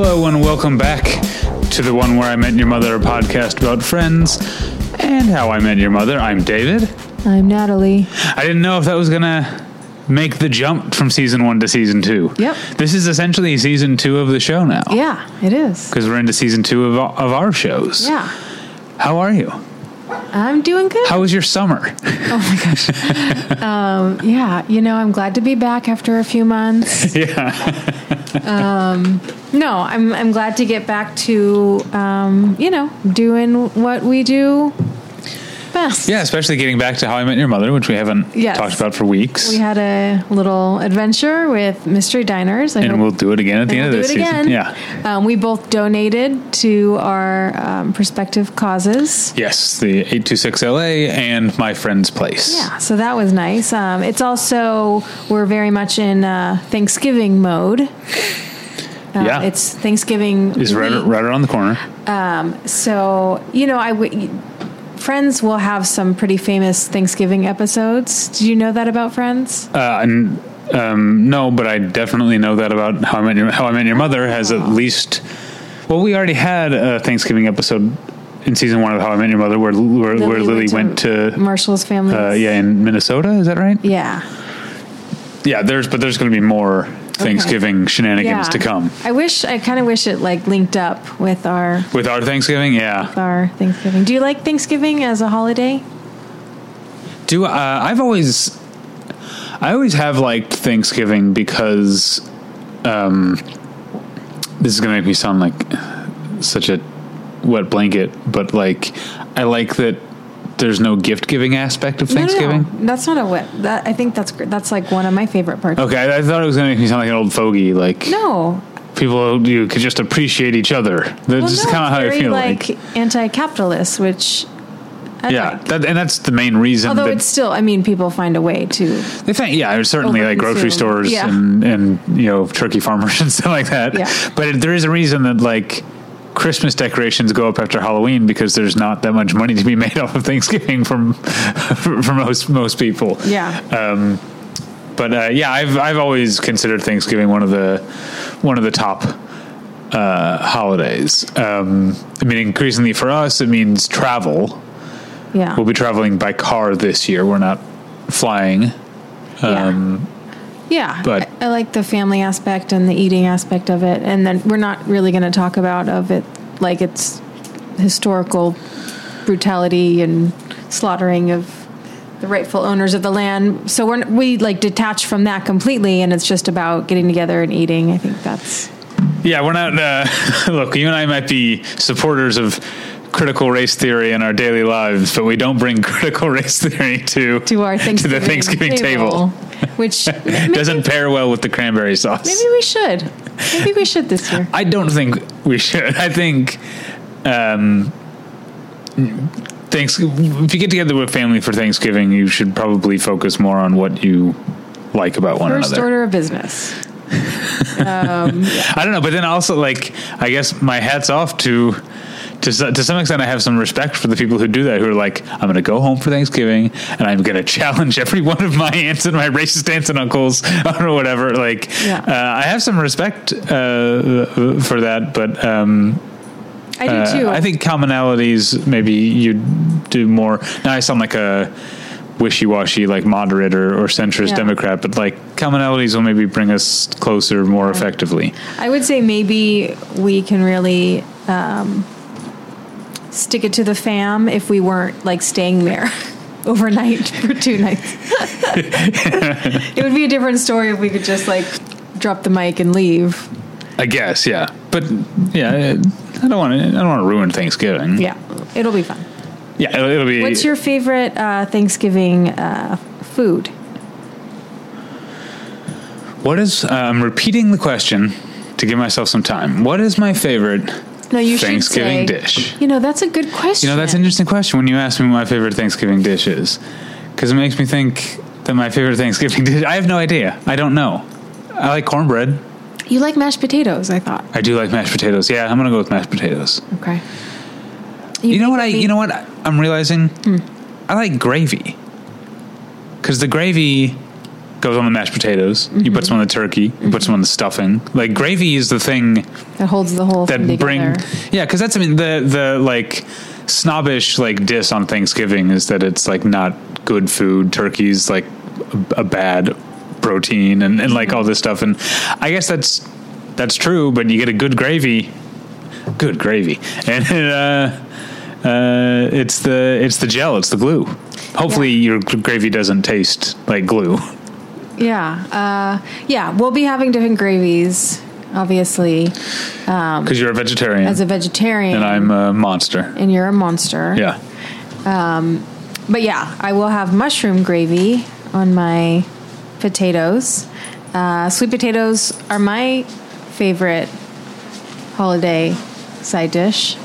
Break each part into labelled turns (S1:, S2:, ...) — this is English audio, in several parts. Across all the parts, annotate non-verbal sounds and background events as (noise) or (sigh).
S1: Welcome back to the one where I met your mother, a podcast about friends and how I met your mother. I'm David.
S2: I'm Natalie.
S1: I didn't know if that was gonna make the jump from season one to season two.
S2: Yep.
S1: This is essentially season two of the show now.
S2: Yeah, it is.
S1: Because we're into season two of of our shows.
S2: Yeah,
S1: How are you?
S2: I'm doing good.
S1: How was your summer?
S2: yeah, you know, I'm glad to be back after a few
S1: (laughs)
S2: months. (laughs) Um,
S1: yeah.
S2: No, I'm I'm glad to get back to um, you know doing what we do best.
S1: Yeah, especially getting back to how I met your mother, which we haven't
S2: Yes.
S1: talked about for weeks.
S2: We had a little adventure with Mystery Diners. I
S1: and
S2: hope-
S1: we'll do it again at the end
S2: and
S1: of
S2: we'll
S1: this
S2: do it
S1: season.
S2: again.
S1: Yeah.
S2: Um, we both donated to our um, prospective causes.
S1: Yes, the 826 LA and my friend's place.
S2: Yeah, so that was nice. Um, it's also we're very much in uh, Thanksgiving mode. Uh,
S1: Yeah.
S2: it's Thanksgiving.
S1: Is right,
S2: week.
S1: right around the corner.
S2: So you know, I w- Friends will have some pretty famous Thanksgiving episodes. Did you know that about Friends?
S1: Uh, and, um, no, but I definitely know that about how I met your, how I met your mother has at least. Well, we already had a Thanksgiving episode in season one of How I Met Your Mother, where where Lily, where Lily went to,
S2: Marshall's family.
S1: uh, yeah in Minnesota. Is that right?
S2: yeah,
S1: Yeah, there's but there's going to be more Thanksgiving shenanigans
S2: Yeah.
S1: to come
S2: I wish I kind of wish it like linked up with our
S1: with our Thanksgiving. Yeah,
S2: our Thanksgiving. Do you like Thanksgiving as a holiday?
S1: Do uh, I've always I always have liked Thanksgiving because um this is going to make me sound like such a wet blanket, but like I like that there's no gift giving aspect of
S2: No, no, no.
S1: Thanksgiving.
S2: That's not a what. That I think that's gr- that's like one of my favorite parts.
S1: Okay, I, I thought it was going to make me sound like an old fogey. Like
S2: No,
S1: people, you could just appreciate each other. That's
S2: well,
S1: just
S2: no,
S1: kind of how
S2: it's
S1: I
S2: very,
S1: feel.
S2: like,
S1: Like,
S2: anti-capitalist, which I
S1: yeah,
S2: like.
S1: that, and that's the main reason.
S2: Although
S1: that
S2: it's still, I mean, people find a way to
S1: They think, yeah, there's certainly like grocery
S2: Overconsume.
S1: stores
S2: Yeah.
S1: and and you know turkey farmers (laughs) and stuff like that.
S2: Yeah.
S1: But it, there is a reason that like Christmas decorations go up after Halloween because there's not that much money to be (laughs) made off of Thanksgiving from (laughs) for, for most most people.
S2: Yeah.
S1: Uh, But uh, yeah, I've I've always considered Thanksgiving one of the one of the top uh, holidays. Um, I mean, increasingly for us, it means travel.
S2: yeah.
S1: We'll be traveling by car this year. We're not flying. Um,
S2: yeah. yeah.
S1: but-
S2: I, I like the family aspect and the eating aspect of it. And then we're not really going to talk about of it like it's historical brutality and slaughtering of the rightful owners of the land. So we're we like detach from that completely and it's just about getting together and eating. I think that's
S1: Yeah, we're not. Uh, (laughs) look, you and I might be supporters of critical race theory in our daily lives, but we don't bring (laughs) critical race theory (laughs) to
S2: to our
S1: to
S2: Thanksgiving
S1: the Thanksgiving table.
S2: (laughs)
S1: (laughs)
S2: which maybe,
S1: Doesn't pair well with the cranberry sauce.
S2: maybe we should. Maybe we should this year.
S1: I don't think we should. I think. Um, Thanks. If you get together with family for Thanksgiving, you should probably focus more on what you like about one
S2: First
S1: another.
S2: order of business.
S1: I don't know, but then also like I guess my hats off to to so- to some extent I have some respect for the people who do that who are like I'm going to go home for Thanksgiving and I'm going to challenge (laughs) every one of my aunts and my racist aunts and uncles (laughs) or whatever like
S2: Yeah.
S1: uh, I have some respect uh, for that but um
S2: I do
S1: uh,
S2: too.
S1: I think commonalities maybe you do more now I sound like a wishy-washy like moderate or, or centrist
S2: Yeah.
S1: democrat but like commonalities will maybe bring us closer more effectively
S2: I would say maybe we can really um, stick it to the fam if we weren't like staying there (laughs) overnight for two nights.
S1: (laughs)
S2: (laughs) it would be a different story if we could just like drop the mic and leave.
S1: I guess, yeah. But yeah, I don't want to. I don't want to ruin Thanksgiving.
S2: Yeah, it'll be fun.
S1: yeah. It'll, it'll be.
S2: What's your favorite uh, Thanksgiving uh, food?
S1: What is? I'm repeating the question to give myself some time. What is my favorite?
S2: No, you
S1: Thanksgiving
S2: should say,
S1: dish.
S2: You know, that's a good question.
S1: You know, that's an interesting question when you ask me what my favorite Thanksgiving dish is, because it makes me think that my favorite Thanksgiving (laughs) dish. I have no idea. I don't know. I like cornbread.
S2: You like mashed potatoes? I thought.
S1: I do like mashed potatoes. Yeah, I'm gonna go with mashed potatoes.
S2: Okay.
S1: You know
S2: make
S1: what I?
S2: me-
S1: You know what I'm realizing? I like gravy because the gravy goes on the mashed potatoes. You put some on the turkey. You put some on the stuffing. Like gravy is the thing
S2: That holds the whole
S1: that
S2: thing together.
S1: bring yeah because that's i mean the the like snobbish like diss on thanksgiving is that it's like not good food turkey's like a, a bad protein and, and like all this stuff and i guess that's that's true but you get a good gravy good gravy and uh uh, it's the it's the gel, it's the glue. Hopefully, your gravy doesn't taste like glue.
S2: Yeah, uh, yeah. We'll be having different gravies, obviously.
S1: Because you're a vegetarian,
S2: Um, As a vegetarian,
S1: and I'm a monster.
S2: and you're a monster.
S1: Yeah,
S2: But yeah, I will have mushroom gravy on my potatoes. Uh, sweet potatoes are my favorite holiday side dish.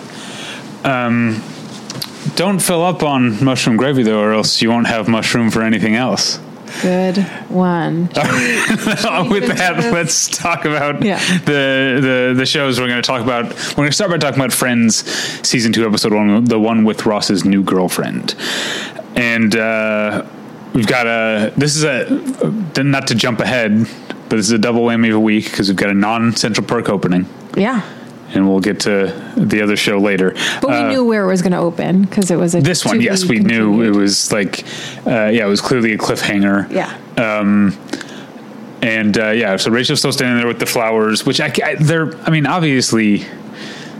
S1: Don't fill up on mushroom gravy though, or else you won't have mushroom for anything else. (laughs)
S2: Good one.
S1: Uh, With
S2: into
S1: that,
S2: this?
S1: let's talk about
S2: Yeah.
S1: the, the the shows we're going to talk about. We're going to start by talking about Friends, season two, episode one, the one with Ross's new girlfriend, and uh, we've got a. This is a not to jump ahead, but this is a double whammy of a week because we've got a non-central perk opening,
S2: Yeah,
S1: and we'll get to the other show later. Uh,
S2: but we knew where it was going to open because it was a
S1: This one,
S2: to
S1: yes, we
S2: be
S1: knew
S2: continued.
S1: it was like, uh, yeah, it was clearly a cliffhanger. (laughs)
S2: Yeah,
S1: and uh, yeah, so Rachel's still standing there with the flowers, which I, ca- I they're, I mean, obviously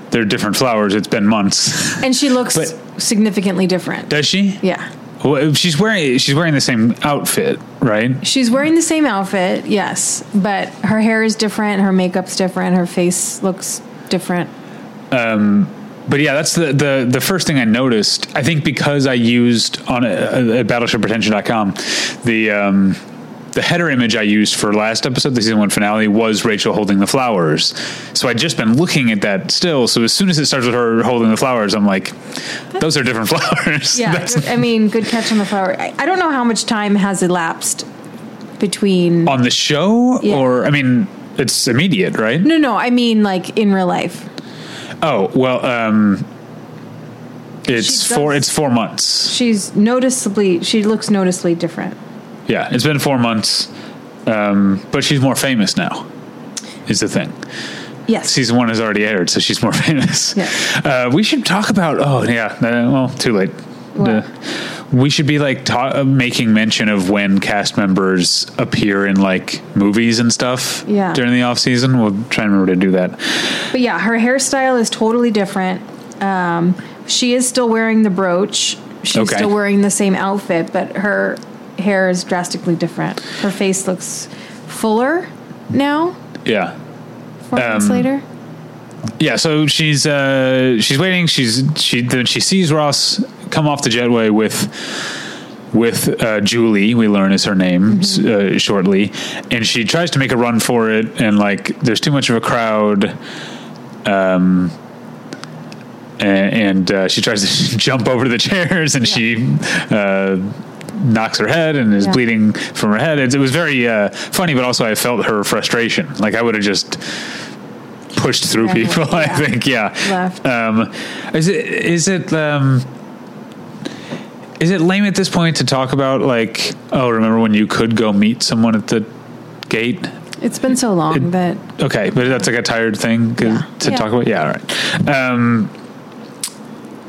S1: they're different flowers. It's been months.
S2: (laughs) and she looks
S1: But-
S2: significantly different.
S1: Does she?
S2: Yeah.
S1: Well, she's wearing she's wearing the same outfit, right?
S2: She's wearing the same outfit, yes, but her hair is different, her makeup's different, her face looks different.
S1: But yeah, that's the the the first thing I noticed. I think because I used on uh, uh, at battleshipretention.com the um the header image I used for last episode, the season one finale, was Rachel holding the flowers. So I'd just been looking at that still. So as soon as it starts with her holding the flowers, I'm like, those are different (laughs) flowers.
S2: Yeah,
S1: That's-
S2: I mean, good catch on the flower. I, I don't know how much time has elapsed between.
S1: on the show
S2: Yeah.
S1: or i mean it's immediate right
S2: No, no, I mean like in real life.
S1: oh well um it's
S2: She
S1: four
S2: does-
S1: it's four months
S2: She's noticeably, she looks noticeably different.
S1: yeah it's been four months um but she's more famous now is the thing
S2: Yes.
S1: season one has already aired so she's more (laughs) famous
S2: Yeah.
S1: uh we should talk about oh yeah uh, well too late
S2: What?
S1: Uh, we should be like ta- uh, making mention of when cast members appear in like movies and stuff
S2: Yeah.
S1: during the off season. We'll try and remember to do that.
S2: But yeah, her hairstyle is totally different. Um, she is still wearing the brooch. She's
S1: Okay.
S2: still wearing the same outfit, but her hair is drastically different. Her face looks fuller now,
S1: Yeah.
S2: four
S1: Um,
S2: months later.
S1: yeah so she's uh she's waiting she's she then she sees ross come off the jetway with with uh, Julie, we learn is her name uh, shortly, and she tries to make a run for it, and like there's too much of a crowd, um, a- and, uh, she tries to (laughs) jump over the chairs, and she uh, knocks her head and is
S2: Yeah.
S1: bleeding from her head. It, it was very uh, funny, but also I felt her frustration. Like I would have just pushed through
S2: Ran away,
S1: people. (laughs) I
S2: yeah.
S1: think, yeah.
S2: Left.
S1: Um, is it is it um, is it lame at this point to talk about like oh remember when you could go meet someone at the gate?
S2: It's been so long that
S1: Okay, but that's like a tired thing 'cause-
S2: Yeah.
S1: to
S2: Yeah.
S1: talk about. Yeah, all right. Um,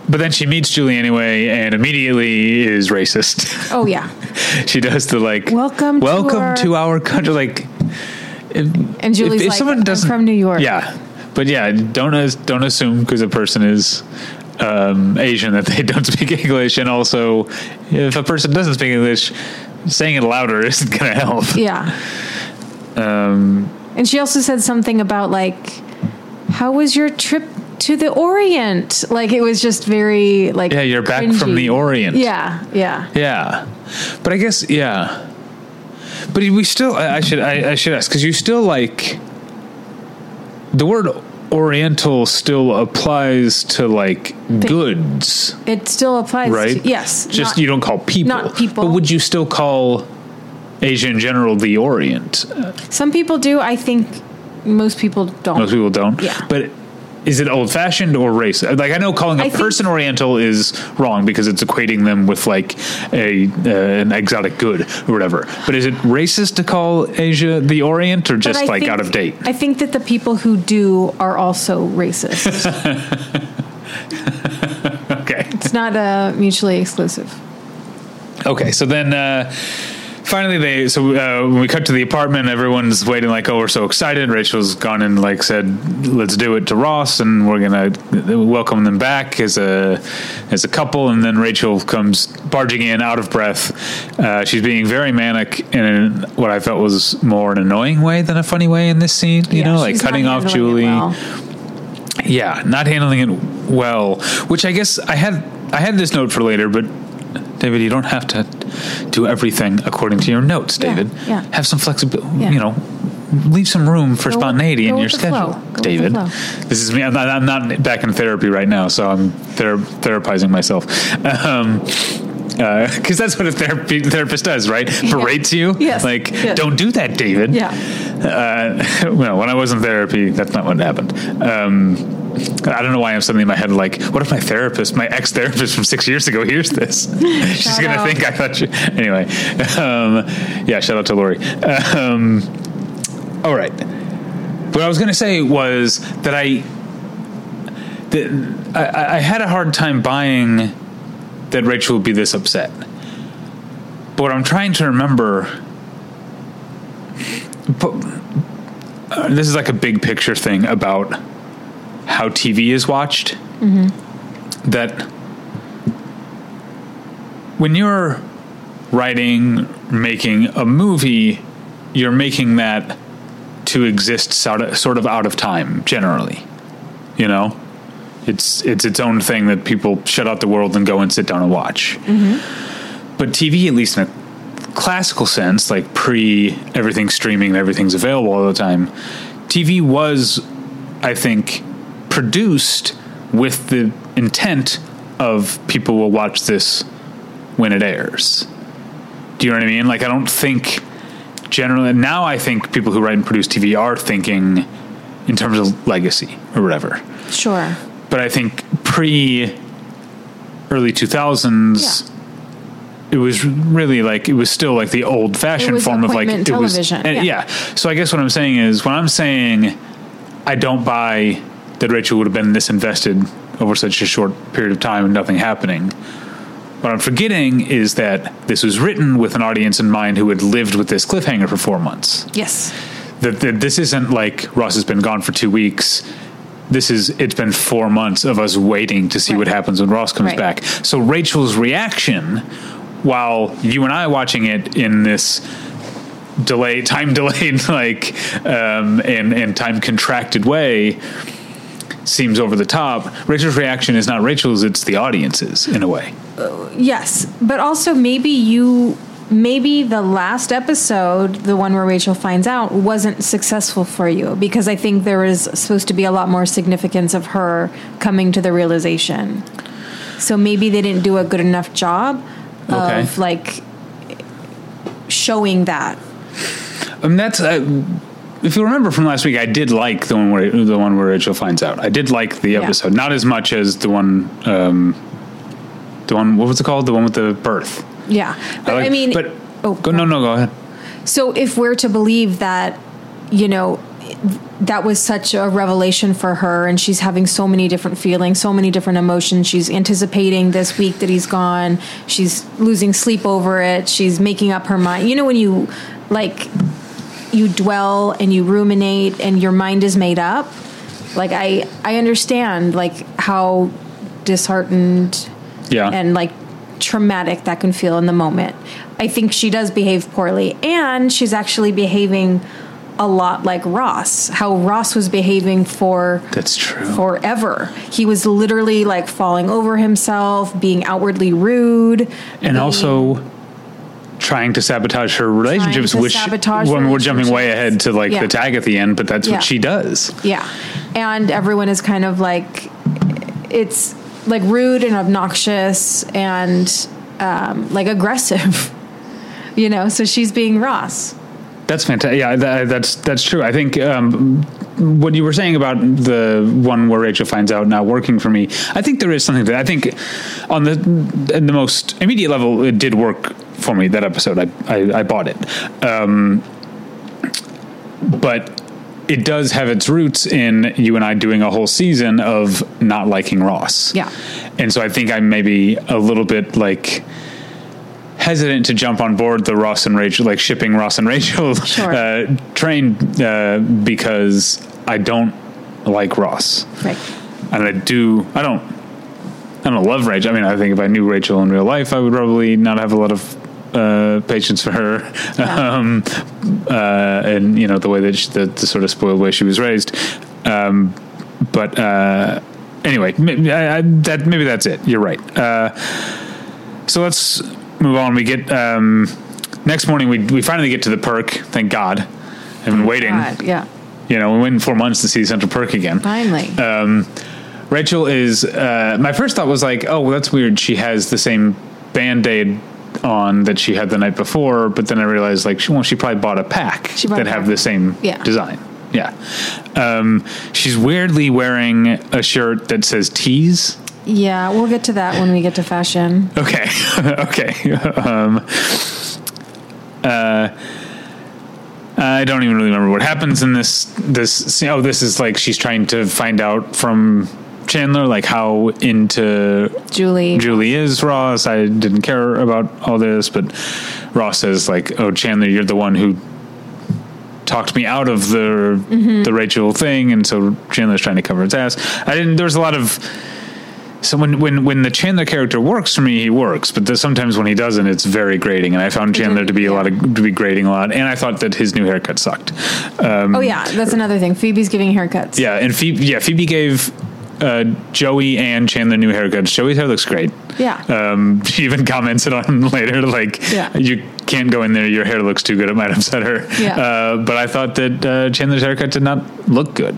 S1: but then she meets Julie anyway, and immediately is racist. (laughs)
S2: oh yeah,
S1: she does the like
S2: Welcome to
S1: welcome
S2: our-
S1: to our country. Like
S2: and Julie's
S1: if
S2: like
S1: someone
S2: "I'm
S1: doesn't-
S2: from New York.
S1: Yeah, but yeah, don't as- don't assume because a person is um, Asian that they (laughs) don't speak English, and also if a person doesn't speak English, saying it louder (laughs) isn't going to help.
S2: yeah. Um,
S1: Um,
S2: and she also said something about like, how was your trip to the Orient? Like it was just very like
S1: Yeah, you're back from
S2: cringy.
S1: the Orient.
S2: Yeah, yeah.
S1: Yeah, but I guess yeah. But we still. I, I should. I, I should ask because you still like the word Oriental still applies to like goods,
S2: It still applies.
S1: right?
S2: To, yes.
S1: Just
S2: not-
S1: you don't call people.
S2: not people.
S1: But would you still call Asia in general the Orient?
S2: Some people do. I think most people don't.
S1: Most people don't.
S2: Yeah.
S1: But is it old fashioned or racist? Like I know calling a
S2: I think-
S1: person Oriental is wrong because it's equating them with like a uh, an exotic good or whatever. But is it racist to call Asia the Orient or
S2: But
S1: just
S2: I
S1: like
S2: think-
S1: out of date?
S2: I think that the people who do are also
S1: (laughs)
S2: racist.
S1: Okay.
S2: it's not uh, mutually exclusive.
S1: Okay, so then uh, finally they so uh, when we cut to the apartment, everyone's waiting like, oh, we're so excited. Rachel's gone and like said, let's do it to Ross, and we're gonna welcome them back as a as a couple. And then Rachel comes barging in, out of breath. Uh, she's being very manic in what I felt was more an annoying way than a funny way in this scene. You
S2: Yeah,
S1: know, like
S2: she's not
S1: cutting off Julie
S2: handling it well.
S1: yeah not handling it well which i guess i had i had this note for later but david you don't have to do everything according to your notes
S2: Yeah,
S1: david
S2: yeah.
S1: have some flexibility
S2: Yeah.
S1: you know leave some room for
S2: Go with-
S1: spontaneity
S2: go
S1: in your
S2: with the
S1: schedule
S2: flow. Go with the
S1: david
S2: flow.
S1: this is me I'm not, I'm not back in therapy right now so i'm thera- therapizing myself um because that's what a therapy, therapist does, right? Berates you,
S2: Yes.
S1: like
S2: Yes.
S1: don't do that, David
S2: Yeah.
S1: uh, (laughs) well, when I was in therapy, that's not what happened. Um, I don't know why I'm suddenly in my head like, what if my therapist, my ex therapist from six years ago, hears this? (laughs) She's
S2: Shout
S1: gonna
S2: out.
S1: think I thought you. Anyway, um, yeah, shout out to Lori. Um, all right. What I was gonna say was that I, that I- I, I had a hard time buying that Rachel would be this upset. But what I'm trying to remember but uh, this is like a big picture thing about how TV is watched. That when you're writing, making a movie, you're making that to exist sort of, sort of out of time generally. You know, it's it's its own thing that people shut out the world and go and sit down and watch. But TV, at least in a classical sense, like pre everything streaming and everything's available all the time, TV was, I think, produced with the intent of people will watch this when it airs. Do you know what I mean? Like, I don't think generally now. I think people who write and produce TV are thinking in terms of legacy or whatever
S2: Sure.
S1: but I think pre early 2000s it was really like it was still like the old
S2: It
S1: fashioned
S2: was
S1: form of like
S2: appointment
S1: it was
S2: television,
S1: and-
S2: yeah.
S1: yeah. So I guess what I'm saying is when I'm saying I don't buy that Rachel would have been this invested over such a short period of time and nothing happening. What I'm forgetting is that this was written with an audience in mind who had lived with this cliffhanger for 4 months
S2: Yes.
S1: that, that this isn't like Ross has been gone for two weeks. This is it's been four months of us waiting to see
S2: Right.
S1: what happens when Ross comes
S2: Right.
S1: back. So Rachel's reaction, while you and I watching it in this delay, time (laughs) delayed, like um, and and time contracted way, seems over the top. Rachel's reaction is not Rachel's; it's the audience's in a way.
S2: Yes, but also maybe you maybe the last episode, the one where Rachel finds out, wasn't successful for you because I think there was supposed to be a lot more significance of her coming to the realization. So maybe they didn't do a good enough job
S1: Okay.
S2: of like showing that.
S1: I mean, that's. Uh, if you remember from last week, I did like the one where the one where Rachel finds out. I did like the
S2: Yeah.
S1: episode, not as much as the one, um, the one. What was it called? The one with the birth.
S2: Yeah. But I,
S1: like-
S2: mean
S1: but
S2: oh,
S1: go, no, no, go ahead.
S2: So if we're to believe that, you know, that was such a revelation for her and she's having so many different feelings, so many different emotions. She's anticipating this week that he's gone. She's losing sleep over it. She's making up her mind. You know when you like you dwell and you ruminate and your mind is made up? Like I I understand like how disheartened
S1: Yeah,
S2: and like traumatic that can feel in the moment. I think she does behave poorly, and she's actually behaving a lot like Ross. How Ross was behaving for
S1: that's true.
S2: forever. He was literally like falling over himself, being outwardly rude.
S1: and also trying to sabotage her relationships,
S2: to
S1: which
S2: sabotage
S1: when we're jumping way
S2: relationships.
S1: ahead to like
S2: Yeah.
S1: the tag at the end, but that's
S2: Yeah.
S1: what she does.
S2: Yeah. And everyone is kind of like, it's like rude and obnoxious and um, like aggressive, (laughs) you know? So she's being Ross.
S1: That's fantastic. Yeah, tha that's that's true. I think um, what you were saying about the one where Rachel finds out not working for me, I think there is something to that. I think on the on the most immediate level, it did work for me. That episode, I I, I bought it, um, but it does have its roots in you and I doing a whole season of not liking Ross.
S2: Yeah.
S1: and so I think I'm maybe a little bit like hesitant to jump on board the Ross and Rachel, like shipping Ross and Rachel
S2: Sure.
S1: (laughs) uh, train uh, because I don't like Ross,
S2: Right.
S1: and I do. I don't. I don't love Rachel. I mean, I think if I knew Rachel in real life, I would probably not have a lot of uh, patience for her,
S2: Yeah.
S1: (laughs) um, uh, and you know the way that she, the, the sort of spoiled way she was raised. Um, but uh, anyway, maybe, I, I, that maybe that's it. You're right. Uh, so let's move on. We get um, next morning. We we finally get to the perk. Thank God. I've been waiting.
S2: God, yeah.
S1: You know, we waited four months to see Central Perk again.
S2: Finally.
S1: Rachel is. Uh, my first thought was like, oh, well, that's weird. She has the same band aid on that she had the night before, but then I realized like, she, well, she probably bought a pack
S2: She bought
S1: that
S2: a
S1: have
S2: pack.
S1: the same
S2: Yeah.
S1: design. Yeah. Um, she's weirdly wearing a shirt that says tease.
S2: yeah, we'll get to that when we get to fashion.
S1: Okay. (laughs) okay. Um, uh, I don't even really remember what happens in this. This. Oh, this is like she's trying to find out from Chandler, like how into
S2: Julie.
S1: Julie is Ross. I didn't care about all this, but Ross says like, "Oh, Chandler, you're the one who talked me out of the the Rachel thing," and so Chandler's trying to cover his ass. I didn't. There's a lot of so when when when the Chandler character works for me, he works, but there's sometimes when he doesn't, it's very grating. And I found Chandler to be a lot of to be grating a lot, and I thought that his new haircut sucked. Um,
S2: oh, yeah, that's another thing. Phoebe's giving haircuts.
S1: Yeah, and Phoebe, yeah, Phoebe gave uh, Joey and Chandler new haircuts. Joey's hair looks great.
S2: Yeah.
S1: Um, (laughs) she even commented on (laughs) later, like,
S2: Yeah.
S1: you can't go in there. Your hair looks too good. It might upset her.
S2: Yeah.
S1: Uh, but I thought that uh, Chandler's haircut did not look good.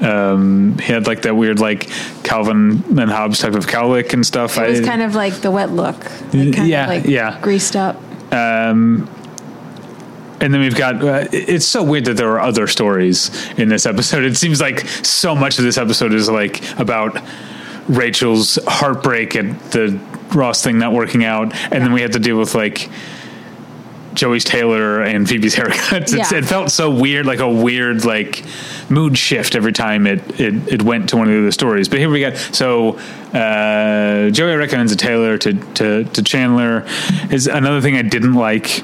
S1: Um, he had like that weird, like Calvin and Hobbes type of cowlick and stuff.
S2: It was kind of like the wet look. Like, kind
S1: Yeah,
S2: of like
S1: yeah.
S2: Greased up.
S1: and then we've got uh, it's so weird that there are other stories in this episode it seems like so much of this episode is like about rachel's heartbreak at the ross thing not working out and then we had to deal with like joey's tailor and phoebe's haircuts (laughs) It's-
S2: Yeah.
S1: it felt so weird like a weird like mood shift every time it it, it went to one of the other stories but here we got so uh, joey recommends a tailor to, to to chandler is another thing i didn't like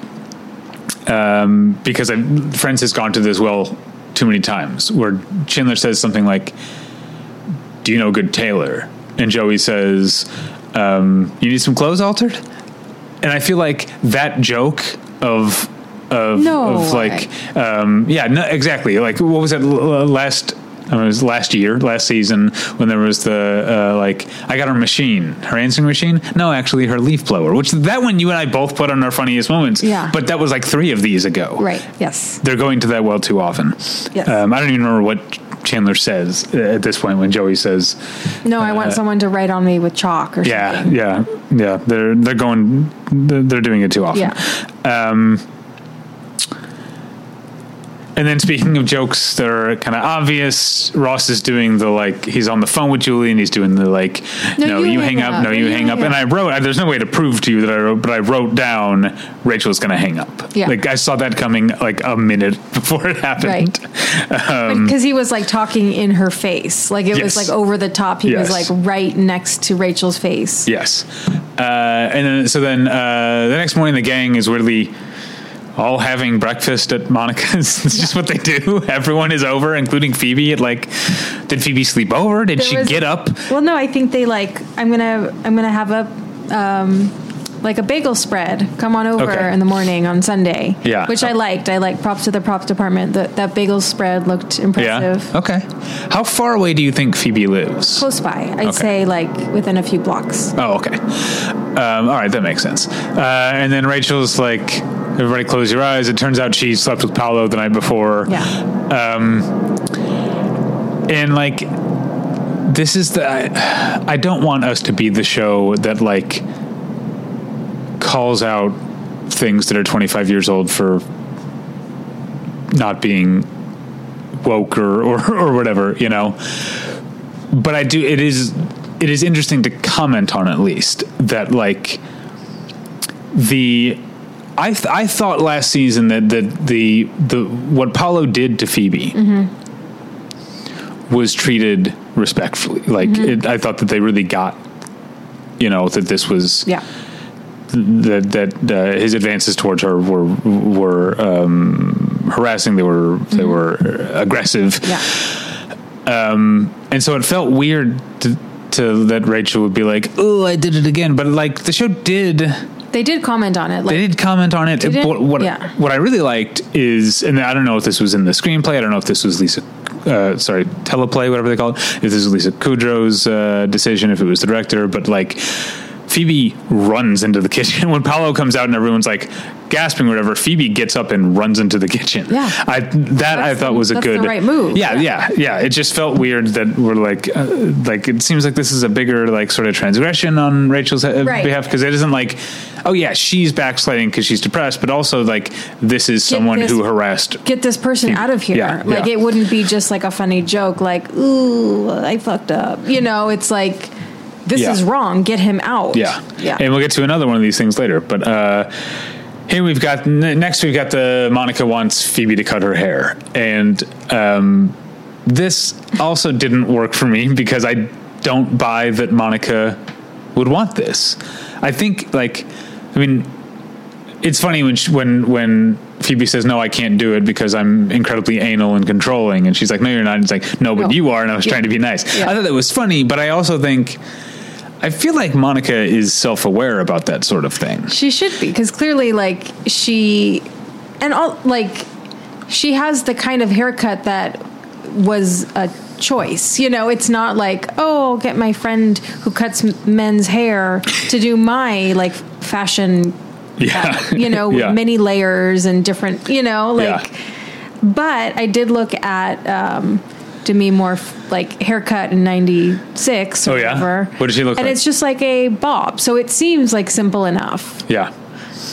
S1: um, because I, Friends has gone to this well too many times where Chandler says something like, Do you know a good tailor? And Joey says, um, You need some clothes altered? And I feel like that joke of, of,
S2: No,
S1: of like, um, yeah, no, exactly. Like, what was that l- l- last? I mean, it was last year, last season, when there was the uh, like, I got her machine, her answering machine. No, actually, her leaf blower, which that one you and I both put on our funniest moments.
S2: Yeah.
S1: But that was like three of these ago.
S2: Right. Yes.
S1: They're going to that well too often.
S2: Yes.
S1: Um, I don't even remember what Chandler says uh, at this point when Joey says,
S2: No, I want someone to write on me with chalk or
S1: uh, "Yeah,
S2: something.
S1: yeah, yeah." They're they're going, they're, they're doing it too often. Um, And then speaking of jokes that are kind of obvious, Ross is doing the like he's on the phone with Julie and he's doing the like no, you, hang up, no you hang up. And I wrote I, there's no way to prove to you that I wrote but I wrote down Rachel's going to hang up.
S2: Yeah.
S1: Like I saw that coming like a minute (laughs) before it happened.
S2: because he was like talking in her face, like it
S1: um, Yes.
S2: was like over the top. He
S1: Yes.
S2: was like right next to Rachel's face.
S1: Yes. Uh, and then, so then uh, the next morning, the gang is weirdly all having breakfast at Monica's. (laughs) it's just what they do. Everyone is over, including Phoebe. At like, did Phoebe sleep over? Did
S2: There
S1: she
S2: was-
S1: get up?
S2: Well, no, I think they like. I'm gonna I'm gonna have a um, like a bagel spread. Come on over
S1: Okay.
S2: in the morning on Sunday.
S1: Yeah. Oh.
S2: which I liked. I like props to the props department. That that bagel spread looked impressive.
S1: Yeah. Oh. Okay. How far away do you think Phoebe lives?
S2: Close by, I'd
S1: Okay.
S2: say like within a few blocks.
S1: Oh, okay. Um, all right, that makes sense. Uh, and then Rachel's like, everybody close your eyes. It turns out she slept with Paolo the night before.
S2: Yeah.
S1: and like this is the I, I don't want us to be the show that like calls out things that are 25 years old for not being woke or, or, (laughs) or whatever, you know. But I do. It is it is interesting to comment on at least that like the I th- I thought last season that the the the what Paulo did to Phoebe was treated respectfully. Like it, I thought that they really got you know that this was
S2: Yeah.
S1: that that uh, his advances towards her were were um, harassing. They were they were aggressive,
S2: Yeah.
S1: and so it felt weird to, to that Rachel would be like, "Oh, I did it again." But like the show did.
S2: They did comment on it. Like,
S1: They did comment on it.
S2: did?
S1: What, what,
S2: Yeah.
S1: what I really liked is, and I don't know if this was in the screenplay. I don't know if this was Lisa, uh, sorry, teleplay, whatever they call it. If this was Lisa Kudrow's uh, decision, if it was the director, but like Phoebe runs into the (laughs) kitchen when Paolo comes out and everyone's like gasping or whatever. Phoebe gets up and runs into the kitchen.
S2: Yeah.
S1: I, that I
S2: That's-
S1: thought was a
S2: that's the
S1: good
S2: right move.
S1: Yeah, yeah, yeah. It just felt weird that we're like, uh, like it seems like this is a bigger like sort of transgression on Rachel's uh,
S2: Right.
S1: behalf because it isn't like, oh yeah, she's backsliding because she's depressed, but also like this is someone
S2: this-
S1: who harassed.
S2: get this person out of here.
S1: Yeah,
S2: like
S1: yeah.
S2: it wouldn't be just like a funny joke, like ooh, I fucked up. You know, it's like this
S1: Yeah.
S2: is wrong. Get him out.
S1: Yeah,
S2: yeah.
S1: And we'll get to another one of these things later, but. uh here we've got n- next we've got the Monica wants Phoebe to cut her hair, and um, this also didn't work for me because I don't buy that Monica would want this. I think like I mean it's funny when she, when when Phoebe says no I can't do it because I'm incredibly anal and controlling and she's like no you're not and it's like no but
S2: No.
S1: you are and I was
S2: Yeah.
S1: trying to be nice.
S2: Yeah.
S1: I thought that was funny but I also think I feel like Monica is self-aware about that sort of thing.
S2: She should be because clearly, like she and all like she has the kind of haircut that was a choice. You know, it's not like oh, I'll get my friend who cuts m- men's hair to do my like
S1: (laughs)
S2: fashion.
S1: Yeah.
S2: You know, with
S1: Yeah.
S2: many layers and different. You know,
S1: Yeah.
S2: like. But I did look at um, Demi Moore f- like haircut in '96 or
S1: Oh, yeah?
S2: whatever.
S1: What did she look
S2: and
S1: like?
S2: it's just like a bob, so it seems like simple enough.
S1: Yeah.